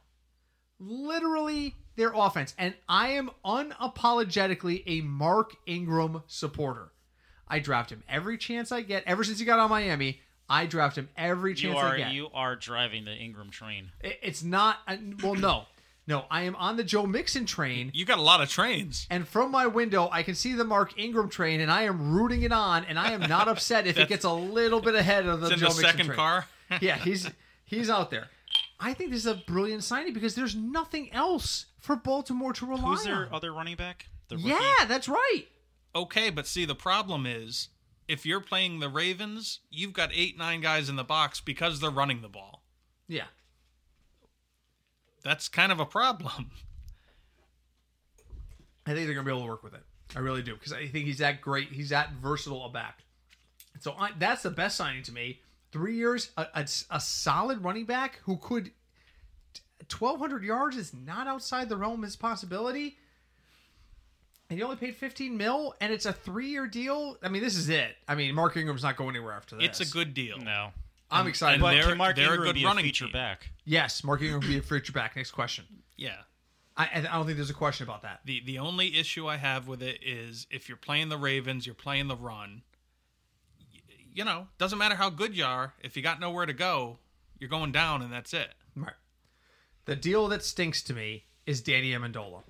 Literally their offense. And I am unapologetically a Mark Ingram supporter. I draft him every chance I get. Ever since he got on Miami, I draft him every You chance are I get. you are driving the Ingram train. It- It's not. I- Well, no. No, I am on the Joe Mixon train. you got a lot of trains. And from my window, I can see the Mark Ingram train, and I am rooting it on, and I am not upset if it gets a little bit ahead of the It's in Joe the Mixon second train. car. yeah, he's he's out there. I think this is a brilliant signing because there's nothing else for Baltimore to rely Who's their Oh, on. other running back? The rookie? Yeah, that's right. Okay, but see, the problem is if you're playing the Ravens, you've got eight, nine guys in the box because they're running the ball. Yeah, That's kind of a problem. I think they're gonna be able to work with it. I really do because I think he's that great. He's that versatile a back. So I, that's the best signing to me. Three years, a, a, a solid running back who could twelve hundred yards is not outside the realm of his possibility. And he only paid fifteen mil, and it's a three-year deal. I mean, this is it. I mean, Mark Ingram's not going anywhere after this. It's a good deal. No. I'm excited. and about But they're- can Mark they're a Ingram good be a running feature team. back? yes, Mark Ingram will be a future back. Next question. Yeah. I, I don't think there's a question about that. The the only issue I have with it is if you're playing the Ravens, you're playing the run. y- You know, doesn't matter how good you are. If you got nowhere to go, you're going down, and that's it. Right. The deal that stinks to me is Danny Amendola.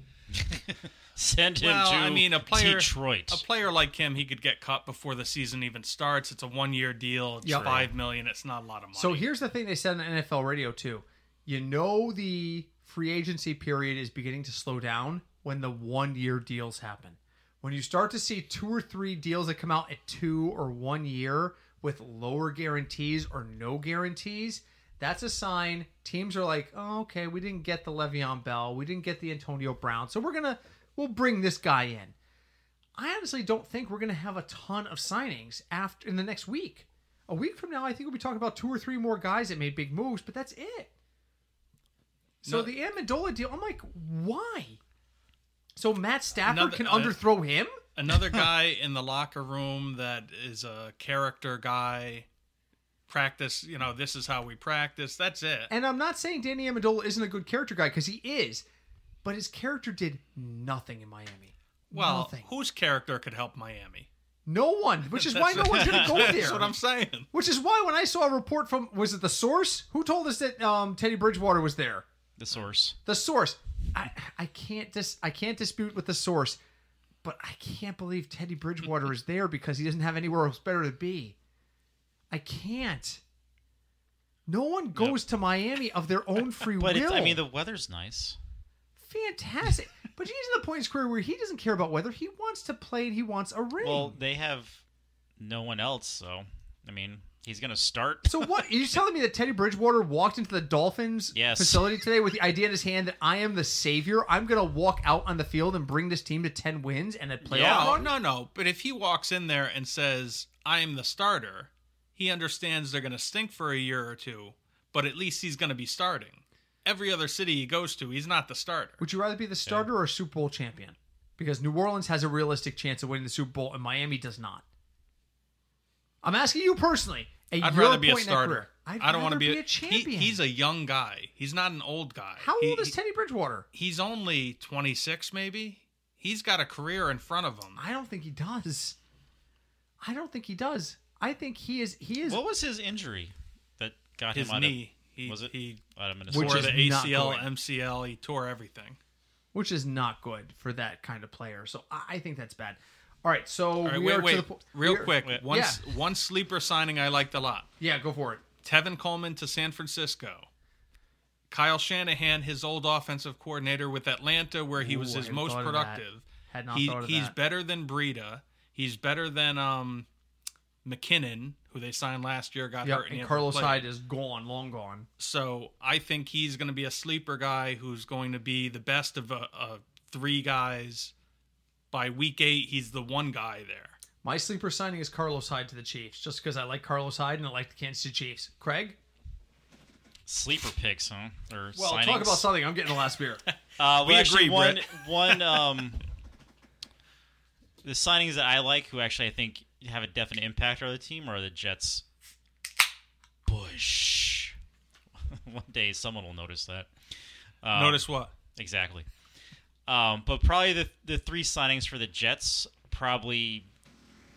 Send him Well, to I mean, a player, Detroit. a player like him, he could get cut before the season even starts. It's a one-year deal. It's Yep. five million. It's not a lot of money. So here's the thing they said on NFL radio too. You know the free agency period is beginning to slow down when the one year deals happen. When you start to see two or three deals that come out at two or one year with lower guarantees or no guarantees, that's a sign teams are like, oh, okay, we didn't get the Le'Veon Bell, we didn't get the Antonio Brown, so we're gonna we'll bring this guy in. I honestly don't think we're going to have a ton of signings after in the next week. A week from now, I think we'll be talking about two or three more guys that made big moves, but that's it. So No- the Amendola deal, I'm like, why? So Matt Stafford Another- can uh, underthrow him? another guy in the locker room that is a character guy. Practice, you know, this is how we practice. That's it. And I'm not saying Danny Amendola isn't a good character guy because he is, but his character did nothing in Miami. Well, nothing. whose character could help Miami? no one, which is why no one's going to go there. That's what I'm saying. which is why when I saw a report from was it the source who told us that um, Teddy Bridgewater was there? the source. the source I, I can't dis I can't dispute with the source but I can't believe Teddy Bridgewater is there because he doesn't have anywhere else better to be I can't no one goes to Miami of their own free But will it's, I mean, the weather's nice. fantastic but he's in the point in his career where he doesn't care about whether he wants to play and he wants a ring Well, they have no one else, so I mean, he's gonna start. so what are you telling me that Teddy Bridgewater walked into the Dolphins Yes. facility today with the idea in his hand that I am the savior I'm gonna walk out on the field and bring this team to 10 wins and a playoff Yeah. run? No, no, no. But if he walks in there and says, I am the starter, he understands they're going to stink for a year or two, but at least he's going to be starting. Every other city he goes to, he's not the starter. Would you rather be the starter or a Super Bowl champion? Because New Orleans has a realistic chance of winning the Super Bowl and Miami does not. I'm asking you personally. At I'd your rather be a point in that starter. career, I'd I don't want to be, a, he- champion. he's a young guy. He's not an old guy. How He- old is he- Teddy Bridgewater? He's only 26, maybe. He's got a career in front of him. I don't think he does. I don't think he does. I think he is. He is. What was his injury that got His him out knee. he, of was it He out of Which Minnesota? tore is the not ACL, going. MCL. He tore everything. which is not good for that kind of player. So I, I think that's bad. All right. So All right, we wait, are wait. to the po- Real we are- quick. Wait. One, Yeah. s- one sleeper signing I liked a lot. Yeah, go for it. Tevin Coleman to San Francisco. Kyle Shanahan, his old offensive coordinator with Atlanta, where he was Ooh, I his hadn't most thought of that. productive. Had not He- thought of he's that. better than Breida. He's better than um, McKinnon, who they signed last year, got Yep, hurt. and never Carlos played. Hyde is gone, long gone. So I think he's going to be a sleeper guy who's going to be the best of uh, uh, three guys. By week eight, he's the one guy there. My sleeper signing is Carlos Hyde to the Chiefs, just because I like Carlos Hyde and I like the Kansas City Chiefs. Craig, Sleeper picks, huh? Or well, signings. talk about something. I'm getting the last beer. Uh, we We actually agree, one Brett. one um the signings that I like, who actually I think have a definite impact on the team, are the Jets. Bush. one day someone will notice that. Um, Notice what? exactly. Um, but probably the the three signings for the Jets probably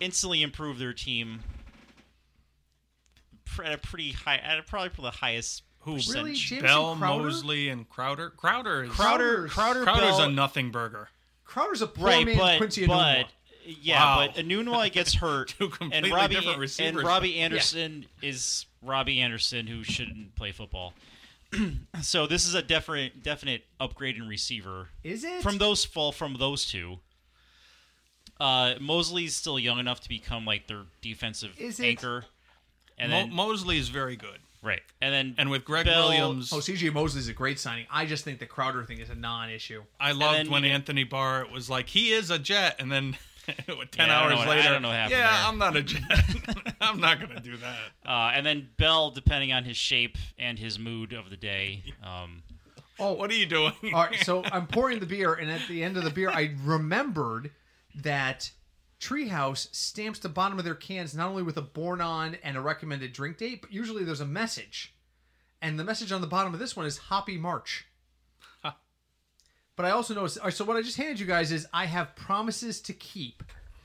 instantly improve their team pr- at a pretty high, at a, probably for the highest. Who? percentage. Really, Jameson Bell, Crowder? Mosley, and Crowder. Crowder is Crowder, Crowder's- Crowder, Crowder's Bell, a nothing burger. Crowder's a poor right, man's but Quincy Anunua. but yeah, Wow. but Anunua gets hurt, Two completely and Robbie different and receivers. Robbie Anderson is Robbie Anderson who shouldn't play football. so this is a definite definite upgrade in receiver Is it from those fall from those two. Uh, Mosley's still young enough to become like their defensive Is it- anchor, and Mo- then Mosley is very good, right, and then and with Greg Bell- Williams, Oh, C.J. Mosley's a great signing. I just think the Crowder thing is a non-issue. I loved then when you- Anthony Barr was like, "He is a Jet," and then ten Yeah, I don't hours know what- I later, don't know what happened yeah, there." I'm not a Jet. I'm not gonna do that. uh, and then Bell, depending on his shape and his mood of the day. Um, Oh, What are you doing? All right, so I'm pouring the beer, and at the end of the beer, I remembered that Treehouse stamps the bottom of their cans not only with a born on and a recommended drink date, but usually there's a message. And the message on the bottom of this one is Hoppy March. But I also noticed, all right, so what I just handed you guys is I have promises to keep.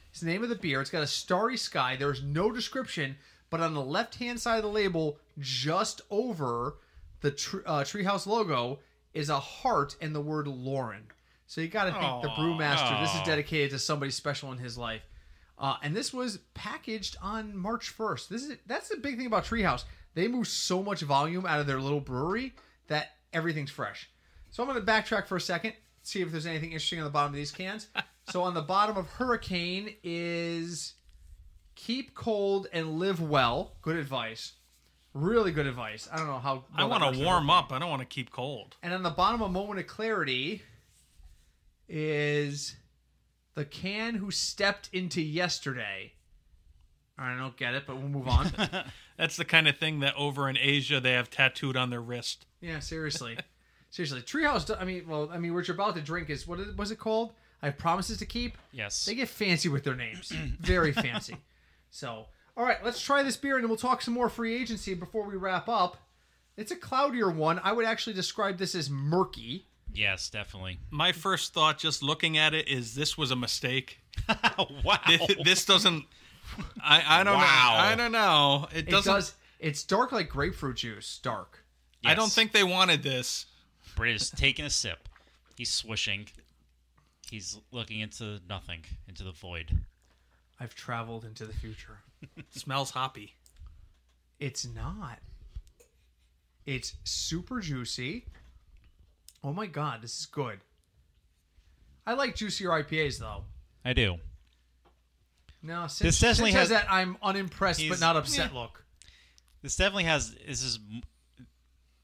It's the name of the beer. It's got a starry sky. There's no description, but on the left hand side of the label, just over the tr- uh, Treehouse logo, is a heart and the word Lauren. So you got to think the Aw. brewmaster. This is Aw. dedicated to somebody special in his life. Uh, and this was packaged on March 1st. This is that's the big thing about Treehouse. They move so much volume out of their little brewery that everything's fresh. So I'm going to backtrack for a second, see if there's anything interesting on the bottom of these cans. so on the bottom of Hurricane is keep cold and live well. Good advice. Really good advice. I don't know how. I well that want works to for warm up. I don't want to keep cold. and on the bottom of Moment of Clarity is the can who stepped into yesterday. All right, I don't get it, but we'll move on. That's the kind of thing that over in Asia they have tattooed on their wrist. yeah, seriously, seriously. Treehouse. do- I mean, well, I mean, what you're about to drink is what is- was it called? I have promises to keep. yes, They get fancy with their names, very fancy. So, all right, let's try this beer, and then we'll talk some more free agency before we wrap up. It's a cloudier one. I would actually describe this as murky. yes, definitely. My first thought, just looking at it, is this was a mistake. wow. This, this doesn't. I, I don't Wow. know. I don't know. It It doesn't. does. It's dark like grapefruit juice. Dark. I don't Yes. think they wanted this. Britt is taking a sip. He's swishing. He's looking into nothing, into the void. I've traveled into the future. smells hoppy. It's not. It's super juicy. Oh my god, this is good. I like juicier IPAs though. I do. No, since, This definitely has- since that I'm unimpressed but He's- eh. not upset look. This definitely has. This is m-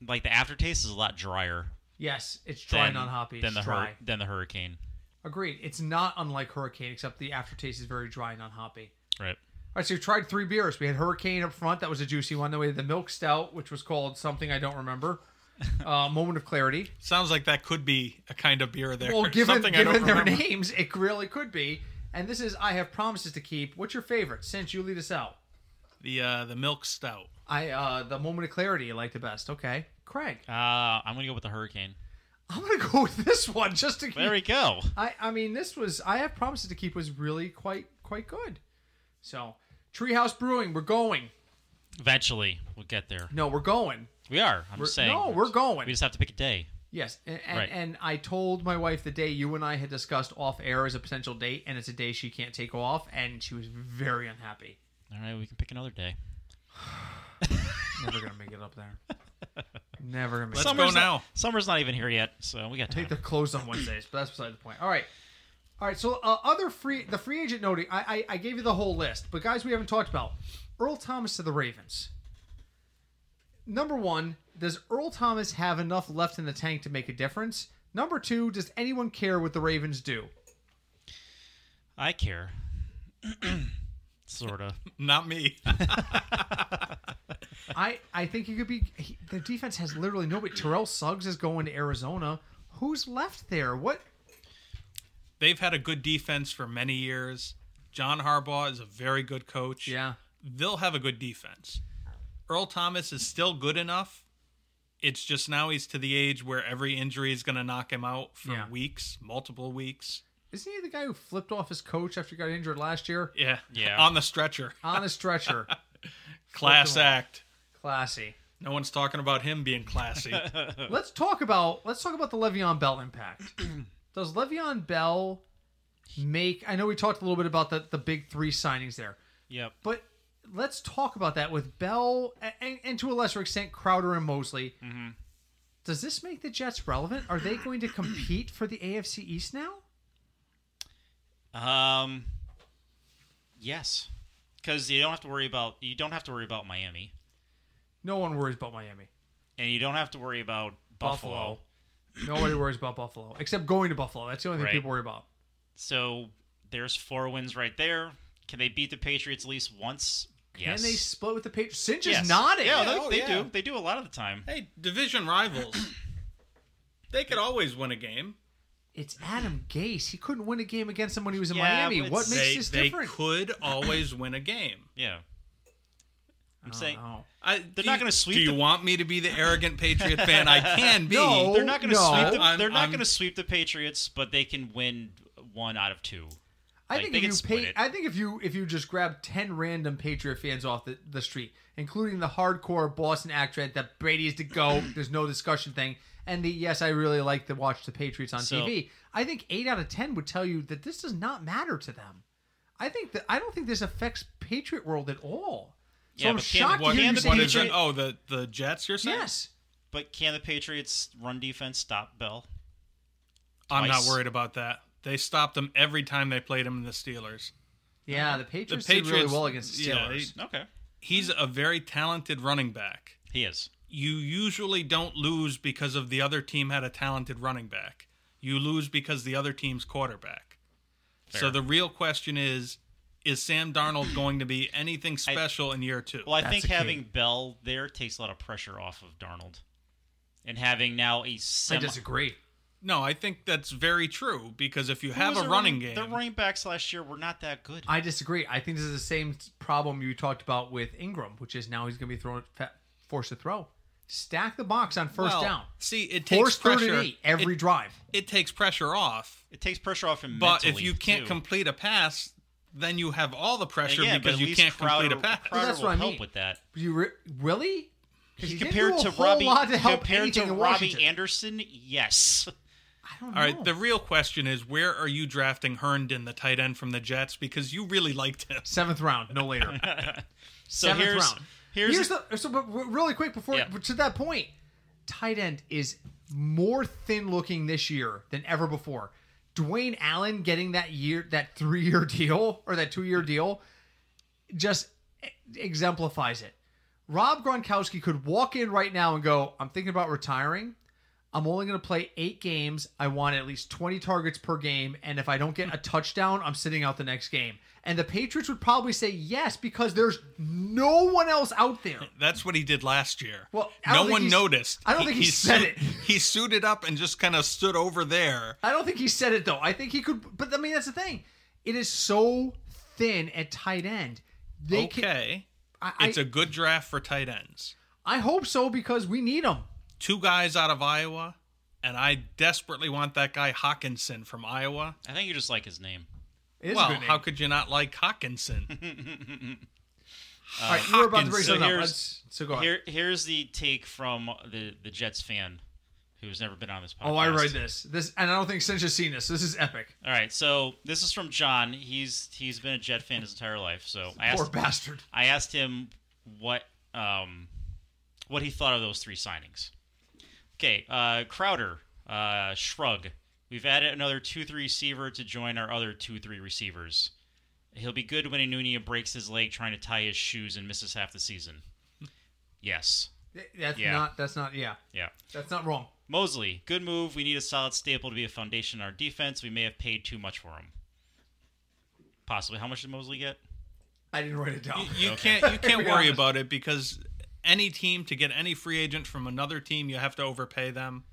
like the aftertaste is a lot drier Yes, it's dry, than non hoppy. than the it's hur- dry. than the hurricane. Agreed. It's not unlike Hurricane, except the aftertaste is very dry, non hoppy. Right. All right, so we tried three beers. We had Hurricane up front, that was a juicy one. Then we had the Milk Stout, which was called something I don't remember. Uh, Moment of Clarity. Sounds like that could be a kind of beer there. Well, given, Something I given don't their remember. names, it really could be. And this is I Have Promises to Keep. What's your favorite since you lead us out? The uh, the milk stout. I uh the moment of clarity you like the best. Okay. Craig. Uh, I'm gonna go with the hurricane. I'm gonna go with this one just to keep There we go. I, I mean this was I Have Promises to Keep was really quite quite good. So Treehouse Brewing, we're going. Eventually, we'll get there. No, we're going. We are. I'm We're, just saying. no, we're going. We just have to pick a day. yes, and, and, Right. and I told my wife the day you and I had discussed off air as a potential date, and it's a day she can't take off, and she was very unhappy. All right, we can pick another day. Never gonna make it up there. Never gonna make Let's it. Some- summer's go not- now. summer's not even here yet, so we got I time. think they're closed on Wednesdays, but that's beside the point. All right. All right. So uh, other free the free agent noting, I, I I gave you the whole list, but guys we haven't talked about Earl Thomas to the Ravens. Number one, does Earl Thomas have enough left in the tank to make a difference? Number two, does anyone care what the Ravens do? I care. sort of. Not me. I I think you could be. He, the defense has literally nobody. Terrell Suggs is going to Arizona. Who's left there? What? They've had a good defense for many years. John Harbaugh is a very good coach. Yeah. They'll have a good defense. Earl Thomas is still good enough. It's just now he's to the age where every injury is going to knock him out for Yeah. weeks, multiple weeks. Isn't he the guy who flipped off his coach after he got injured last year? Yeah. Yeah. On the stretcher. On a stretcher. Class him off. act. Classy. No one's talking about him being classy. Let's talk about let's talk about the Le'Veon Bell impact. Does Le'Veon Bell make I know we talked a little bit about the, the big three signings there, Yep. but let's talk about that with Bell a- and, and to a lesser extent Crowder and Mosley. Does this make the Jets relevant? Are they going to compete for the AFC East now? Um. Yes, because you don't have to worry about you don't have to worry about Miami, No one worries about Miami. and you don't have to worry about Buffalo. Buffalo. Nobody worries about Buffalo except going to Buffalo. That's the only thing Right. people worry about. So there's four wins right there. Can they beat the Patriots at least once? Yes. And they split with the Patriots. Cinch yes. is nodding. Yeah, Yeah, they, oh, they yeah. do. They do a lot of the time. hey, division rivals. They could always win a game. It's Adam Gase. He couldn't win a game against him when he was in Yeah, Miami. but What makes They, this they different? could always win a game. Yeah. I'm saying Oh, I, They're not gonna sweep Do you the- want me to be the arrogant Patriot fan? I can be. No. they're not going to no. sweep. The, I'm- they're not I'm- going to sweep the Patriots, but they can win one out of two. I Like, think they if can you split pay, it. I think if you if you just grab ten random Patriot fans off the, the street, including the hardcore Boston actress that Brady is to go, there's no discussion thing, and the yes, I really like to watch the Patriots on So- TV. I think eight out of ten would tell you that this does not matter to them. I think that I don't think this affects Patriot world at all. So Yeah, I'm but can- shocked What, to hear you can the say what is it? Patriot- Oh, the the Jets. You're saying? Yes. But can the Patriots run defense stop Bell? I'm not Twice. worried about that. They stopped them every time they played him in the Steelers. Yeah, the The Patriots, Patriots did really well against the yeah, Steelers. they- Okay, he's a very talented running back. he is. You usually don't lose because of the other team had a talented running back. You lose because the other team's quarterback. So Fair. the real question is is Sam Darnold going to be anything special in year 2? Well, I That's think a key. having Bell there takes a lot of pressure off of Darnold, and having now a I semi- disagree. No, I think that's very true because if you Who have was a the running The game, running backs last year were not that good. I disagree. I think this is the same problem you talked about with Ingram, which is now he's going to be thrown fa- forced to throw. Stack the box on first well, down. See, it takes Force third pressure and eight every it, drive. it takes pressure off. it takes pressure off him. But if mentally, you can't too. complete a pass, then you have all the pressure Again, but because at you least can't Crowder, complete a pass. Crowder Well, that's will what I help mean. with that. You re- really? 'Cause he didn't Compared do a to whole Robbie, lot to help compared to anything in Robbie Washington. Anderson, yes. I don't know. All right, the real question is where are you drafting Herndon, the tight end from the Jets, because you really liked him. seventh round, no later. So Seventh here's round. here's, Here's the so, but w- really quick before Yeah. but to that point, tight end is more thin looking this year than ever before. Dwayne Allen getting that year that three year deal or that two year deal just e- exemplifies it. Rob Gronkowski could walk in right now and go, "I'm thinking about retiring. I'm only going to play eight games. I want at least 20 targets per game. And if I don't get a touchdown, I'm sitting out the next game. And the Patriots would probably say yes because there's no one else out there. That's what he did last year. Well, I don't no think one he's- noticed. I don't think he said it. He suited up and just kind of stood over there. I don't think he said it though. I think he could, but I mean, that's the thing. It is so thin at tight end. They can, okay. I, it's I a good draft for tight ends. I hope so because we need them. Two guys out of Iowa, and I desperately want that guy Hawkinson from Iowa. I think you just like his name. It is well, a good name. how could you not like Hawkinson? All right, you were about to bring Hawkins. So something up. here's- Let's, so go ahead. Here, here's the take from the the Jets fan who's never been on this podcast. oh, I read this. This, and I don't think Cinch has seen this. This is epic. All right, so this is from John. He's he's been a Jet fan his entire life. So I Poor asked bastard. I asked him what um what he thought of those three signings. Okay, uh, Crowder, uh, shrug. We've added another two three receiver to join our other two three receivers. He'll be good when Anunia breaks his leg trying to tie his shoes and misses half the season. Yes. Th- That's Yeah. not. That's not. Yeah. Yeah. That's not wrong. Mosley, good move. We need a solid staple to be a foundation in our defense. We may have paid too much for him. Possibly. How much did Mosley get? I didn't write it down. You, you Okay. can't you To can't be worry honest. about it because any team to get any free agent from another team, you have to overpay them.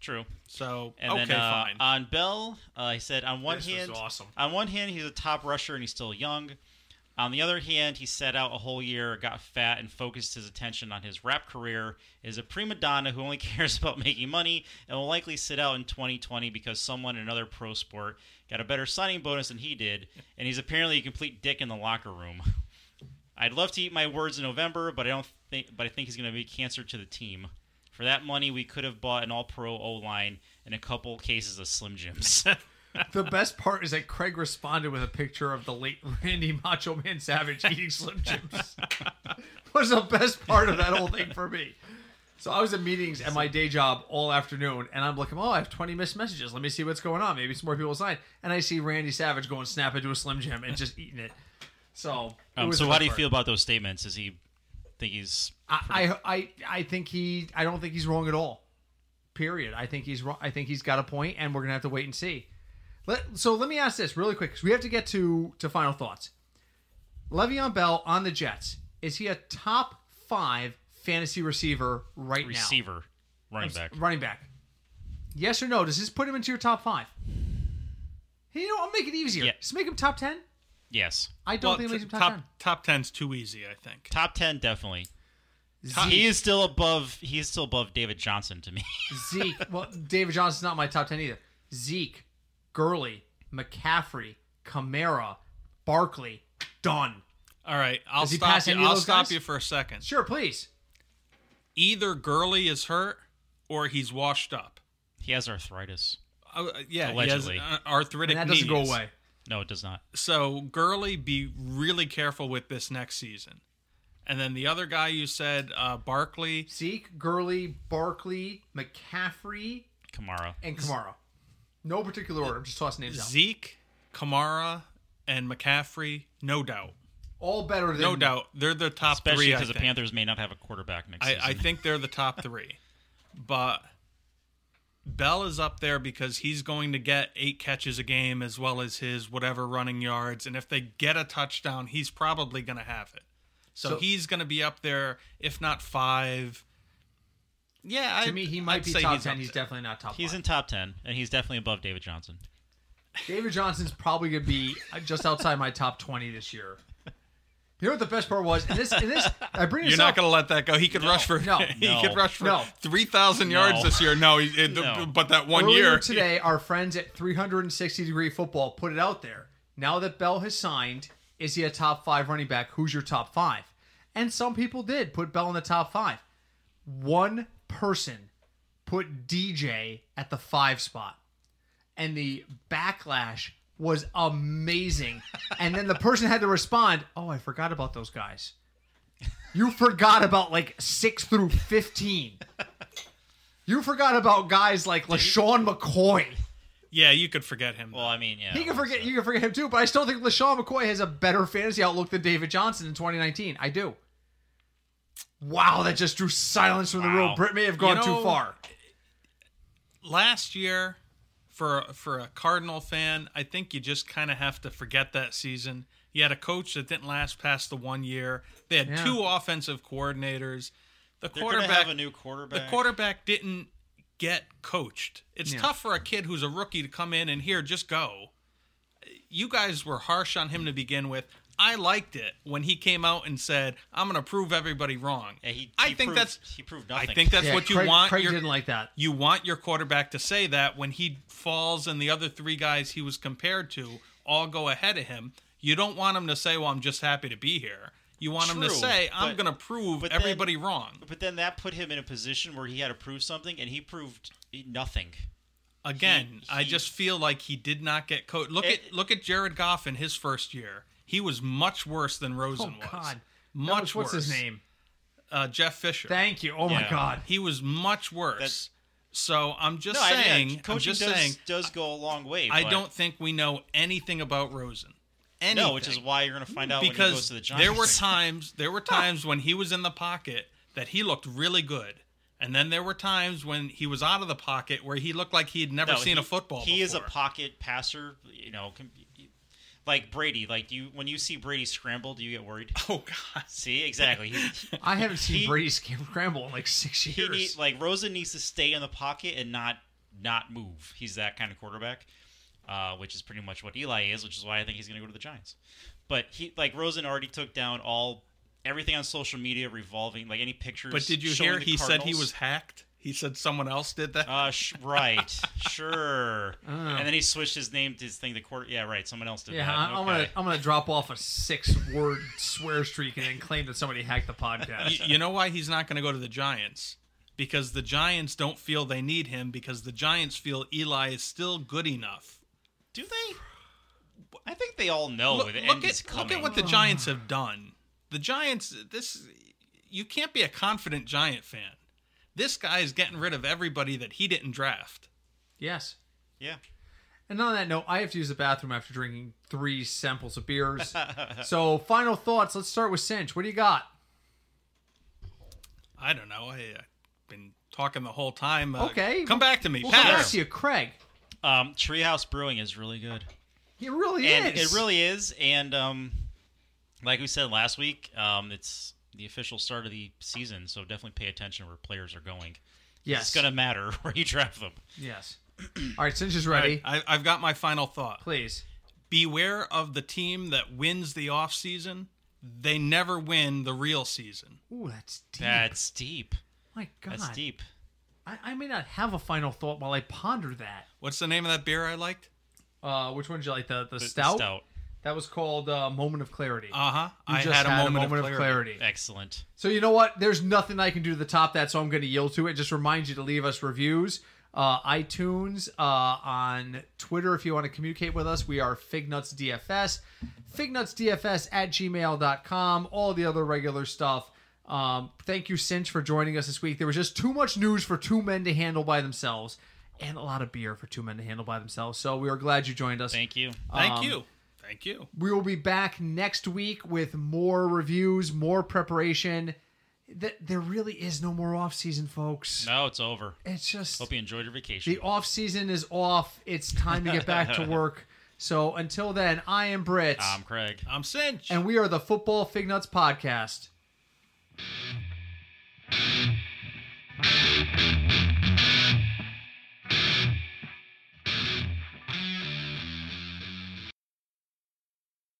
True. So And okay, then uh, fine. on Bell, uh, he said on one This was hand, awesome. on one hand he's a top rusher and he's still young. On the other hand, he set out a whole year, got fat, and focused his attention on his rap career. Is a prima donna who only cares about making money and will likely sit out in 2020 because someone in another pro sport got a better signing bonus than he did, and he's apparently a complete dick in the locker room. I'd love to eat my words in November, but I don't think. But I think he's going to be cancer to the team. For that money, we could have bought an All-Pro O line and a couple cases of Slim Jims. The best part is that Craig responded with a picture of the late Randy Macho Man Savage eating Slim Jims. was the best part of that whole thing for me. So I was in meetings at my day job all afternoon, and I'm looking, oh, I have 20 missed messages. Let me see what's going on. Maybe some more people signed. And I see Randy Savage going snap into a Slim Jim and just eating it. So, it um, was so the how best do you part. feel about those statements? Is he think he's I, I, I, I think he, I don't think he's wrong at all. Period. I think he's wrong. I think he's got a point, and we're gonna have to wait and see. Let, so let me ask this really quick because we have to get to to final thoughts. Le'Veon Bell on the Jets is he a top five fantasy receiver right receiver, running back? now? Running back. Yes or no? Does this put him into your top five? Hey, you know, I'll make it easier. Yeah. Just make him top ten. Yes, I don't well, think it t- makes him top, top ten. top ten's too easy, I think. top ten definitely. Zeke. He is still above. He is still above David Johnson to me. Zeke. Well, David Johnson's not my top 10 either. Zeke, Gurley, McCaffrey, Kamara, Barkley, done. All right, I'll Does he stop pass you. any of I'll those stop guys? you for a second. Sure, please. Either Gurley is hurt or he's washed up. he has arthritis. Uh, yeah, Allegedly. he has uh, arthritic And that doesn't go knees. away. No, it does not. So Gurley, be really careful with this next season. And then the other guy you said, uh, Barkley. Zeke, Gurley, Barkley, McCaffrey, Kamara. and Kamara. No particular order. I'm just tossing names out. Zeke, Kamara, and McCaffrey, no doubt. All better than No doubt. They're the top Especially three. I, because the think. Panthers may not have a quarterback next I, season. I think they're the top three. But Bell is up there because he's going to get eight catches a game as well as his whatever running yards. And if they get a touchdown, he's probably going to have it. So, So- he's going to be up there, if not five. Yeah, To I, me, he might I'd be say top he's ten. up He's there. definitely not top. he's five. in top ten, and he's definitely above David Johnson. David Johnson's probably gonna be just outside my top twenty this year. You know what the best part was? And this, and this, I bring this You're up. not going to let that go. He could rush for no, he no, could rush for no. three thousand yards No. this year. No, he, it- No. but that one Earlier year today, our friends at 360 Degree Football put it out there. Now that Bell has signed, is he a top five running back? Who's your top five? And some people did put Bell in the top five. One person put DJ at the five spot, and the backlash was amazing. and then the person had to respond, "Oh, I forgot about those guys." You forgot about like six through fifteen. You forgot about guys like LaShawn McCoy. Yeah, you could forget him. Well, I mean, yeah. You can forget you can forget him too, but I still think LaShawn McCoy has a better fantasy outlook than David Johnson in 2019. I do. Wow, that just drew silence from the Wow. room. Britt may have gone You know- too far. last year for for a Cardinal fan, I think you just kind of have to forget that season. You had a coach that didn't last past the one year. They had Yeah. two offensive coordinators. The They're gonna quarterback have a new quarterback. the quarterback didn't get coached. It's Yeah. tough for a kid who's a rookie to come in and here just go. You guys were harsh on him to begin with. I liked it when he came out and said, "I'm going to prove everybody wrong." Yeah, he, I he think proved- that's he proved I nothing. think that's Yeah, what you Craig, want. Craig your- didn't like that. you want your quarterback to say that when he falls and the other three guys he was compared to all go ahead of him. You don't want him to say, "Well, I'm just happy to be here." You want him to True, say, "I'm but- going to prove but then- everybody wrong." But then that put him in a position where he had to prove something, and he proved nothing. Again, He- I he- just feel like he did not get coached. Look It- at look at Jared Goff in his first year. He was much worse than Oh Rosen was. God, That Much was- what's worse. his name? Uh, Jeff Fisher. Thank you. Oh my Yeah. God. He was much worse. So I'm just No, I- yeah, saying, I'm coaching just does, saying, does go a long way. I but- don't think we know anything about Rosen. Anything. know, which is why you're going to find out when he goes because to the Giants. there were times there were times when he was in the pocket that he looked really good, and then there were times when he was out of the pocket where he looked like he had never No, seen he- a football. He is a before. pocket passer. You know, com- like Brady. Like do you, when you see Brady scramble, do you get worried? Oh God! see, exactly. He, I haven't seen He- Brady scramble in like six he years. need, like Rosen needs to stay in the pocket and not not move. He's that kind of quarterback, uh, which is pretty much what Eli is, which is why I think he's going to go to the Giants. But he like Rosen already took down all everything on social media revolving like any pictures. But did you showing hear the he said he Cardinals. was hacked? He said someone else did that. Uh, sh- right, sure. Oh. And then he switched his name to his thing. The court, yeah, right. Someone else did yeah, that. I- I'm gonna Okay. I'm gonna drop off a six word swear streak and then claim that somebody hacked the Y- podcast. you know why he's not going to go to the Giants? Because the Giants don't feel they need him because the Giants feel Eli is still good enough. Do they? I think they all know Look, Oh, the look end is at, coming. look at what the Giants have done. The Giants, this you can't be a confident Giant fan. This guy is getting rid of everybody that he didn't draft. yes. yeah. And on that note, I have to use the bathroom after drinking three samples of beers. so, final thoughts. Let's start with Cinch. What do you got? I don't know. I, have been talking the whole time. Uh, Okay. come back to me. We'll come Pat. back to you, Craig. Um, Treehouse Brewing is really good. It really and is. it really is. And um, like we said last week, um, it's the official start of the season, so definitely pay attention where players are going. yes. It's gonna matter where you draft them. Yes. All right, Cinch is All ready. right, I, I've got my final thought. Please. beware of the team that wins the off season. They never win the real season. Ooh, that's deep. That's deep. My God. That's deep. I, I may not have a final thought while I ponder that. What's the name of that beer I liked? Uh, which one did you like? The, the, The- the stout? Stout. That was called uh, Moment of Clarity. Uh huh. You I just had a moment, of, clarity. Excellent. So you know what? There's nothing I can do to the top that, so I'm going to yield to it. Just remind you to leave us reviews, uh, iTunes, uh, on Twitter if you want to communicate with us. We are FignutsDFS, FignutsDFS at gmail.com, all the other regular stuff. Um, thank you, Cinch, for joining us this week. There was just too much news for two men to handle by themselves, and a lot of beer for two men to handle by themselves. So we are glad you joined us. Thank you. Thank you. Thank you. We will be back next week with more reviews, more preparation. Th- There really is no more off season, folks. No, it's over. It's just Hope you enjoyed your vacation. the off season is off. It's time to get back to work. So until then, I am Britt, I'm Craig. I'm Cinch. and we are the Football Fig Nuts Podcast.